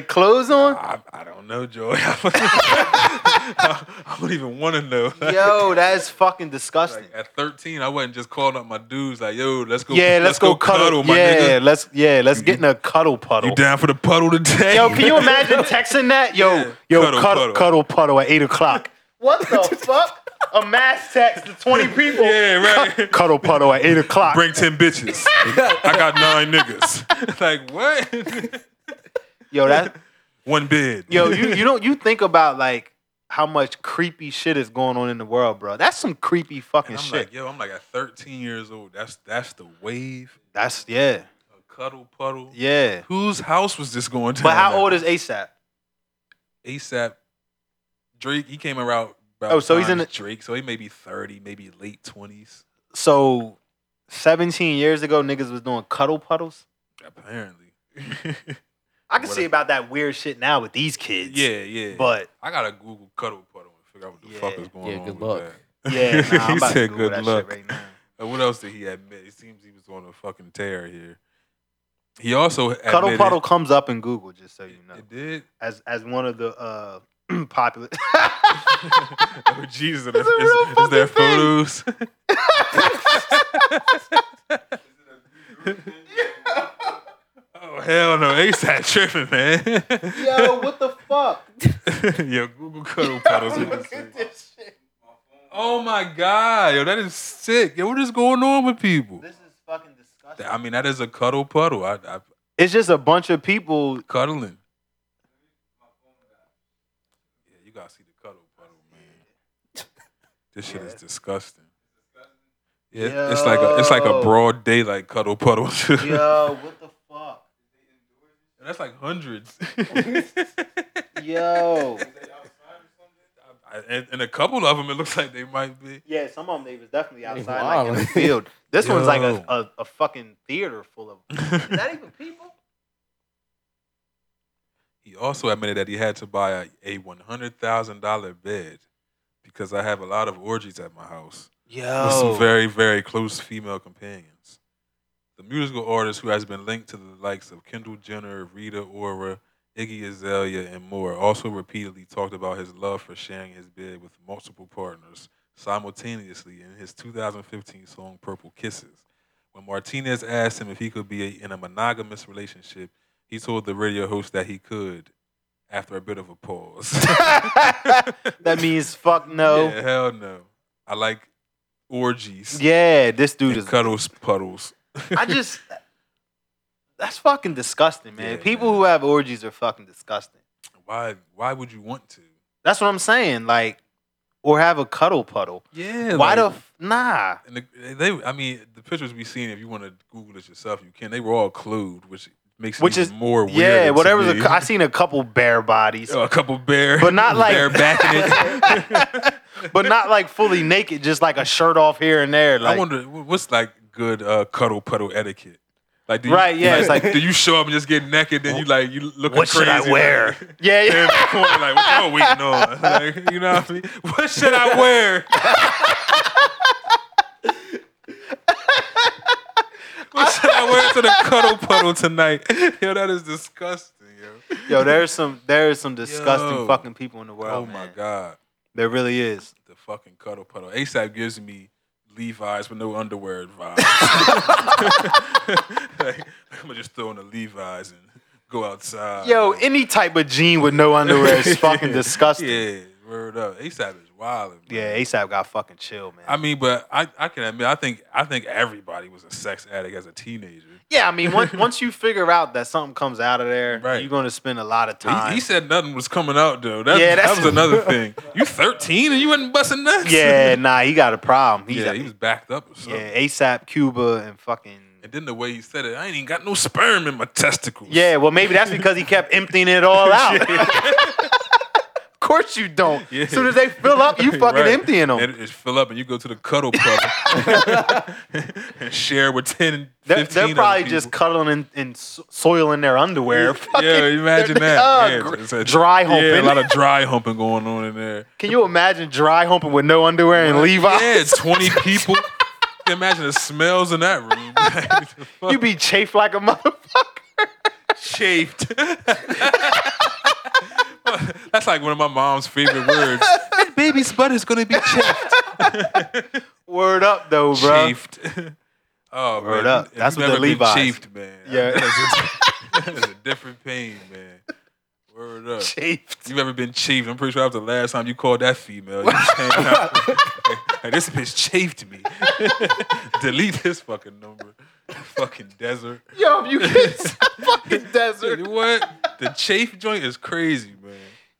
clothes on? I, I don't know, Joey. I, don't even want to know. Yo, that is fucking disgusting. Like, at 13, I wasn't just calling up my dudes like, "Yo, let's go, yeah, let's, go, cuddle. my yeah, nigga. let's yeah, let's You- get in a cuddle You puddle. down for the puddle today? Yo, can you imagine texting that? Yo, Yeah. yo, Cuddle cuddle, puddle. cuddle, puddle at eight o'clock. What the fuck? A mass text to twenty people. yeah, right. Cuddle puddle at eight o'clock. Bring ten bitches. I got nine niggas. like what? Yo, that One bid. yo, you you don't you think about like how much creepy shit is going on in the world, bro. That's some creepy fucking And I'm shit. like, yo, I'm like at 13 years old. That's that's the wave. That's yeah, A cuddle puddle. yeah. Whose house was this going to? But how old is ASAP? ASAP Drake, he came around. Oh, so he's in the the- Drake, so he may be thirty, maybe late twenties, So, seventeen years ago, niggas was doing cuddle puddles. apparently. I can What see a- about that weird shit now with these kids. yeah, yeah. but I gotta Google cuddle puddle and figure out what the fuck Yeah. is going Yeah, on. good with luck. that. yeah, nah, I'm he about said to Google good that luck. shit right now. Uh, What else did he admit? It seems he was on a fucking tear here. He also Cuddle admitted- puddle comes up in Google, just so It, you know, it did. as as one of the uh, popular. oh Jesus! Is, It's a real is there fucking thing. photos? oh hell no! ASAP tripping, man. Yo, what the fuck? yo, Google cuddle puddles. in this thing. this shit. oh my god, yo, that is sick. Yo, what is going on with people? This is fucking Th- I mean, that is a cuddle puddle. I, I It's just a bunch of people. cuddling. Yeah, you gotta see the cuddle puddle, man. This shit is Yeah. disgusting. Yeah, it's- it's like a it's like a Yo. broad daylight cuddle puddle. Yo, what the fuck? That's like hundreds. Yo. I- And, and a couple of them, it looks like they might be. Yeah, some of them they was definitely They outside, like in the wildin'. field. This one's like Yo. a, a, a fucking theater full of not even people. he also admitted that he had to buy a, a one hundred thousand dollar bed because I have a lot of orgies at my house with some Yo, very very close female companions. The musical artist who has been linked to the likes of Kendall Jenner, Rita Ora, Iggy Azalea, and more also repeatedly talked about his love for sharing his bed with multiple partners simultaneously in his 2015 song Purple Kisses. When Martinez asked him if he could be in a monogamous relationship, he told the radio host that he could after a bit of a pause. that means fuck no. Yeah, Yeah, hell no. I like orgies. this dude and is. cuddles puddles. I just that's fucking disgusting, man. Yeah, people man. who have orgies are fucking disgusting. Why? Why would you want to? That's what I'm saying. Like, or have a cuddle puddle. Yeah. Why the like- f- nah? And the, they, I mean, the pictures we seen. If you want to Google it yourself, you can. They were all clued, which makes it Which even is- more weird. Yeah, to whatever. The, me. cu- I seen a couple bare bodies. a couple bear, But not like- bear backing it. but not like fully naked, just like a shirt off here and there. Like, I wonder wh- what's like good uh, cuddle puddle etiquette. Like, do you, Right, yeah, it's like- do you show up and just get naked? Then you like you looking what should I crazy, wear? Like, yeah, in yeah. the corner, like what y'all waiting on? Like, you know what I mean? What should I wear? what should I wear to the cuddle puddle tonight? Yo, that is disgusting, yo. Yo, there's some there's some disgusting Yo. fucking people in the world. Oh my man. god, There really is. the fucking cuddle puddle. ASAP gives me Levi's with no underwear vibes. like, I'm gonna just throw on the Levi's and go outside. Yo, Like, any type of jean with no underwear is fucking disgusting. Yeah, Uh, Yeah, word up. ASAP is wild. ASAP got fucking chill, man. I mean, but I, I can admit, I think I think everybody was a sex addict as a teenager. yeah, I mean, once once you figure out that something comes out of there, Right. you're gonna spend a lot of time. He, he said nothing was coming out though. That, that Yeah, that's- was another thing. You 13 and you wasn't busting nuts. yeah, nah, he got a problem. He's yeah, a- he was backed up or something. yeah, ASAP, Cuba, and fucking. And then the way he said it, I ain't even got no sperm in my testicles. Yeah, well, maybe that's because he kept emptying it all out. of course you don't. Yeah. As soon as they fill up, you fucking Right. emptying them. And it, it fill up and you go to the cuddle puddle and share with 10, They're, 15 they're probably other just people. cuddling and, and so- soiling their underwear. Fucking- yeah, imagine they're- that. uh, Yeah, gr- it's a- dry Yeah, a humping. lot of dry humping going on in there. Can you imagine dry humping with no underwear and Levi's? Yeah, 20 people. Imagine the smells in that room. you be chafed like a motherfucker. chafed. That's like one of my mom's favorite words. That baby's butt is gonna be chafed. Word up though, bro. Chafed. Oh Word man, up. if That's you've what the ever been Levi's- Chafed, man. Yeah. that is a, that is a different pain, man. Word up. Chafed. You've ever been chafed? I'm pretty sure that was the last time you called that female. You came out, like, like, this bitch chafed me. Delete this fucking number. Fucking desert. Yo, if you get fucking desert. Dude, what? The chafe joint is crazy, man.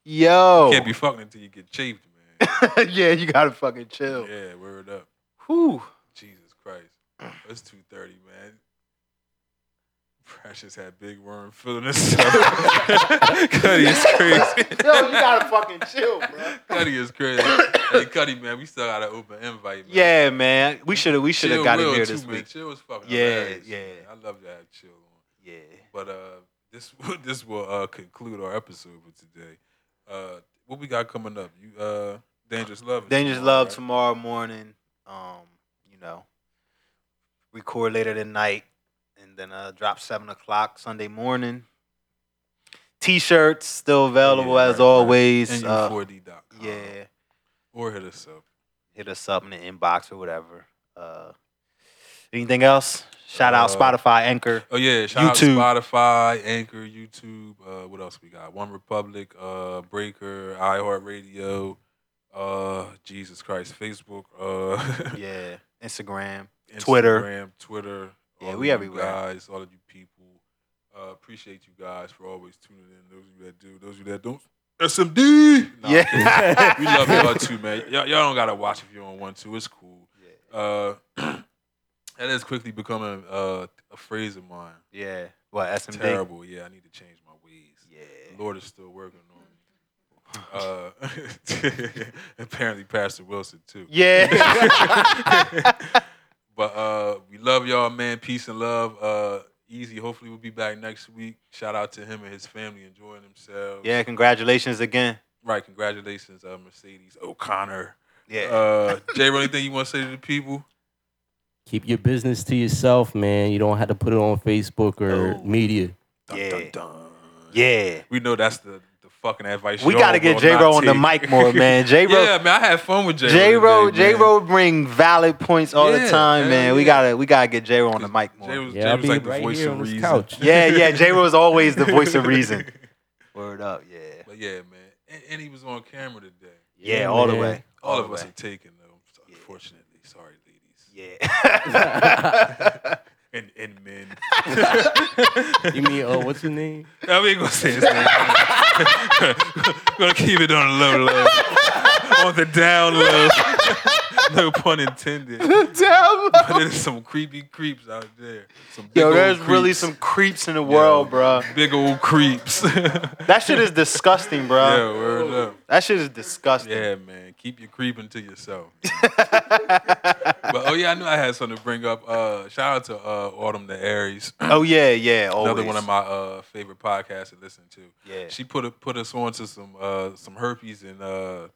Yo. Can't be fucking until you get chafed, man. yeah, you gotta fucking chill. yeah, word up. Whew. Jesus Christ. It's 2.30, man. Precious had big worm feeling himself. Cuddy is crazy. Yo, you gotta fucking chill, bro. Cuddy is crazy. Hey, Cuddy, man, we still got an open invite, man. Yeah, man. We should have we should have Chill got Will, it here too, this man. week. Chill was fucking Yeah, hilarious, yeah. man. I love to have Chill on. Yeah. But uh, this this will uh, conclude our episode for today. Uh, what we got coming up? You uh, dangerous love. is Dangerous tomorrow, Love right? tomorrow morning. Um, you know, record later tonight, and then uh, drop seven o'clock Sunday morning. T-shirts still available Yeah, as right, right. always. And Uh, u4d.com. yeah, Or hit us up. hit us up in the inbox or whatever. Uh, anything else? Shout out Uh, Spotify, Anchor. Oh yeah, shout YouTube. out to Spotify, Anchor, YouTube. Uh, what else we got? One Republic, uh, Breaker, iHeartRadio. Uh, Jesus Christ, Facebook. Uh, Yeah, Instagram. Instagram, Twitter. Twitter. Yeah, all of we you everywhere. Guys, all of you people, uh, appreciate you guys for always tuning in. Those of you that do, those of you that don't, SMD. Nah, I'm kidding. yeah. we love y'all too, man. Y'all, y'all don't gotta watch if you don't want to. It's cool. Uh, that is quickly becoming uh, a phrase of mine. Yeah. What SMD? Terrible. Yeah, I need to change my ways. The Yeah. Lord is still working on me. Uh, apparently, Pastor Wilson too. Yeah. But uh, we love y'all, man. Peace and love. Uh, easy. Hopefully, we'll be back next week. Shout out to him and his family enjoying themselves. yeah. Congratulations again. Right. Congratulations, uh, Mercedes O'Connor. Yeah. Uh, Jay, Ro, anything you want to say to the people? Keep your business to yourself, man. You don't have to put it on Facebook or Oh. No. media. Yeah. dun. yeah. We know that's the, the fucking advice. We y'all got to get will J not Ro on the take. mic more, man. J Ro. Yeah, man. I had fun with J. J Ro, J J Ro bring valid points all Yeah, the time, hell man. We yeah. gotta, we gotta get J Ro on the mic more. Jay was, Yeah, Jay I'll was be like the right voice here of on this reason. couch. yeah, yeah. J Ro is always the voice of reason. Word up, yeah, But yeah, man. And, and he was on camera today. yeah, all the man. way, All, all of the us way. are taken, though. Yeah. Unfortunately, sorry, ladies Yeah. and and men. You mean, uh, what's your name? I ain't gonna say his name. gonna keep it on the low, low, on the down low. no pun intended. But there's some creepy creeps out there. Some big Yo, old there's really creeps. some creeps in the world, bro. big old creeps. That shit is disgusting, yeah, bro. word up. That shit is disgusting. Yeah, man. Keep your creeping to yourself. but oh yeah, I knew I had something to bring up. Uh, shout out to uh, Autumn the Aries, Oh yeah, yeah. Always. another one of my uh, favorite podcasts to listen to. Yeah. She put a, put us on to some uh, some herpes and uh,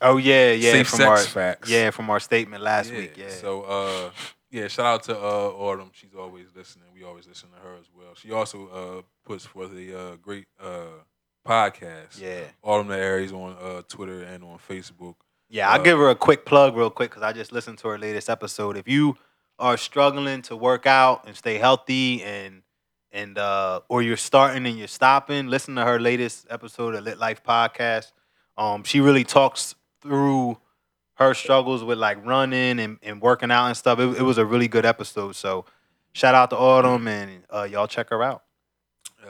Oh yeah, yeah. Safe from sex our facts. yeah, from our statement last yeah. week. Yeah. So uh, yeah, shout out to uh, Autumn. She's always listening. We always listen to her as well. She also uh, puts forth a uh, great uh, podcast. yeah. Autumn the Aries on uh, Twitter and on Facebook. Yeah, I'll Uh, give her a quick plug real quick because I just listened to her latest episode. If you are struggling to work out and stay healthy and and uh or you're starting and you're stopping, listen to her latest episode of Lit Life Podcast. Um she really talks through her struggles with like running and, and working out and stuff. It, it was a really good episode. So shout out to Autumn and uh y'all check her out.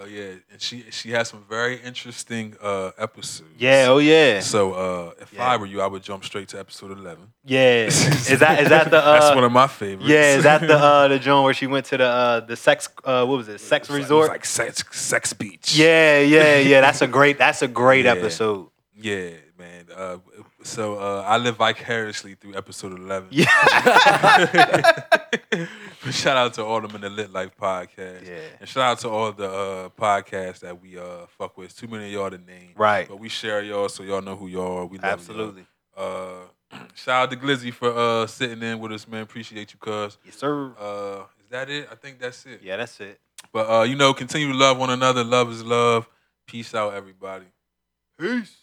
Oh yeah, and she she has some very interesting uh, episodes. Yeah, oh yeah. So uh, if Yeah. I were you, I would jump straight to episode eleven. Yeah. Is that is that the uh That's one of my favorites. Yeah, is that the uh, the joint where she went to the uh, the sex uh, what was it sex It's like- resort? It's like sex, sex beach. yeah, yeah, yeah. That's a great that's a great Yeah. episode. yeah, man. Uh, so uh, I live vicariously through episode eleven. Yeah, But shout out to all them in the Lit Life podcast. yeah, And shout out to all the uh, podcasts that we uh, fuck with. It's too many of y'all to name. right. But we share y'all so y'all know who y'all are. We love y'all. Absolutely. Uh, shout out to Glizzy for uh, sitting in with us, man. Appreciate you, cuz. Yes, sir. Uh, is that it? I think that's it. Yeah, that's it. But uh, you know, continue to love one another. Love is love. Peace out, everybody. Peace.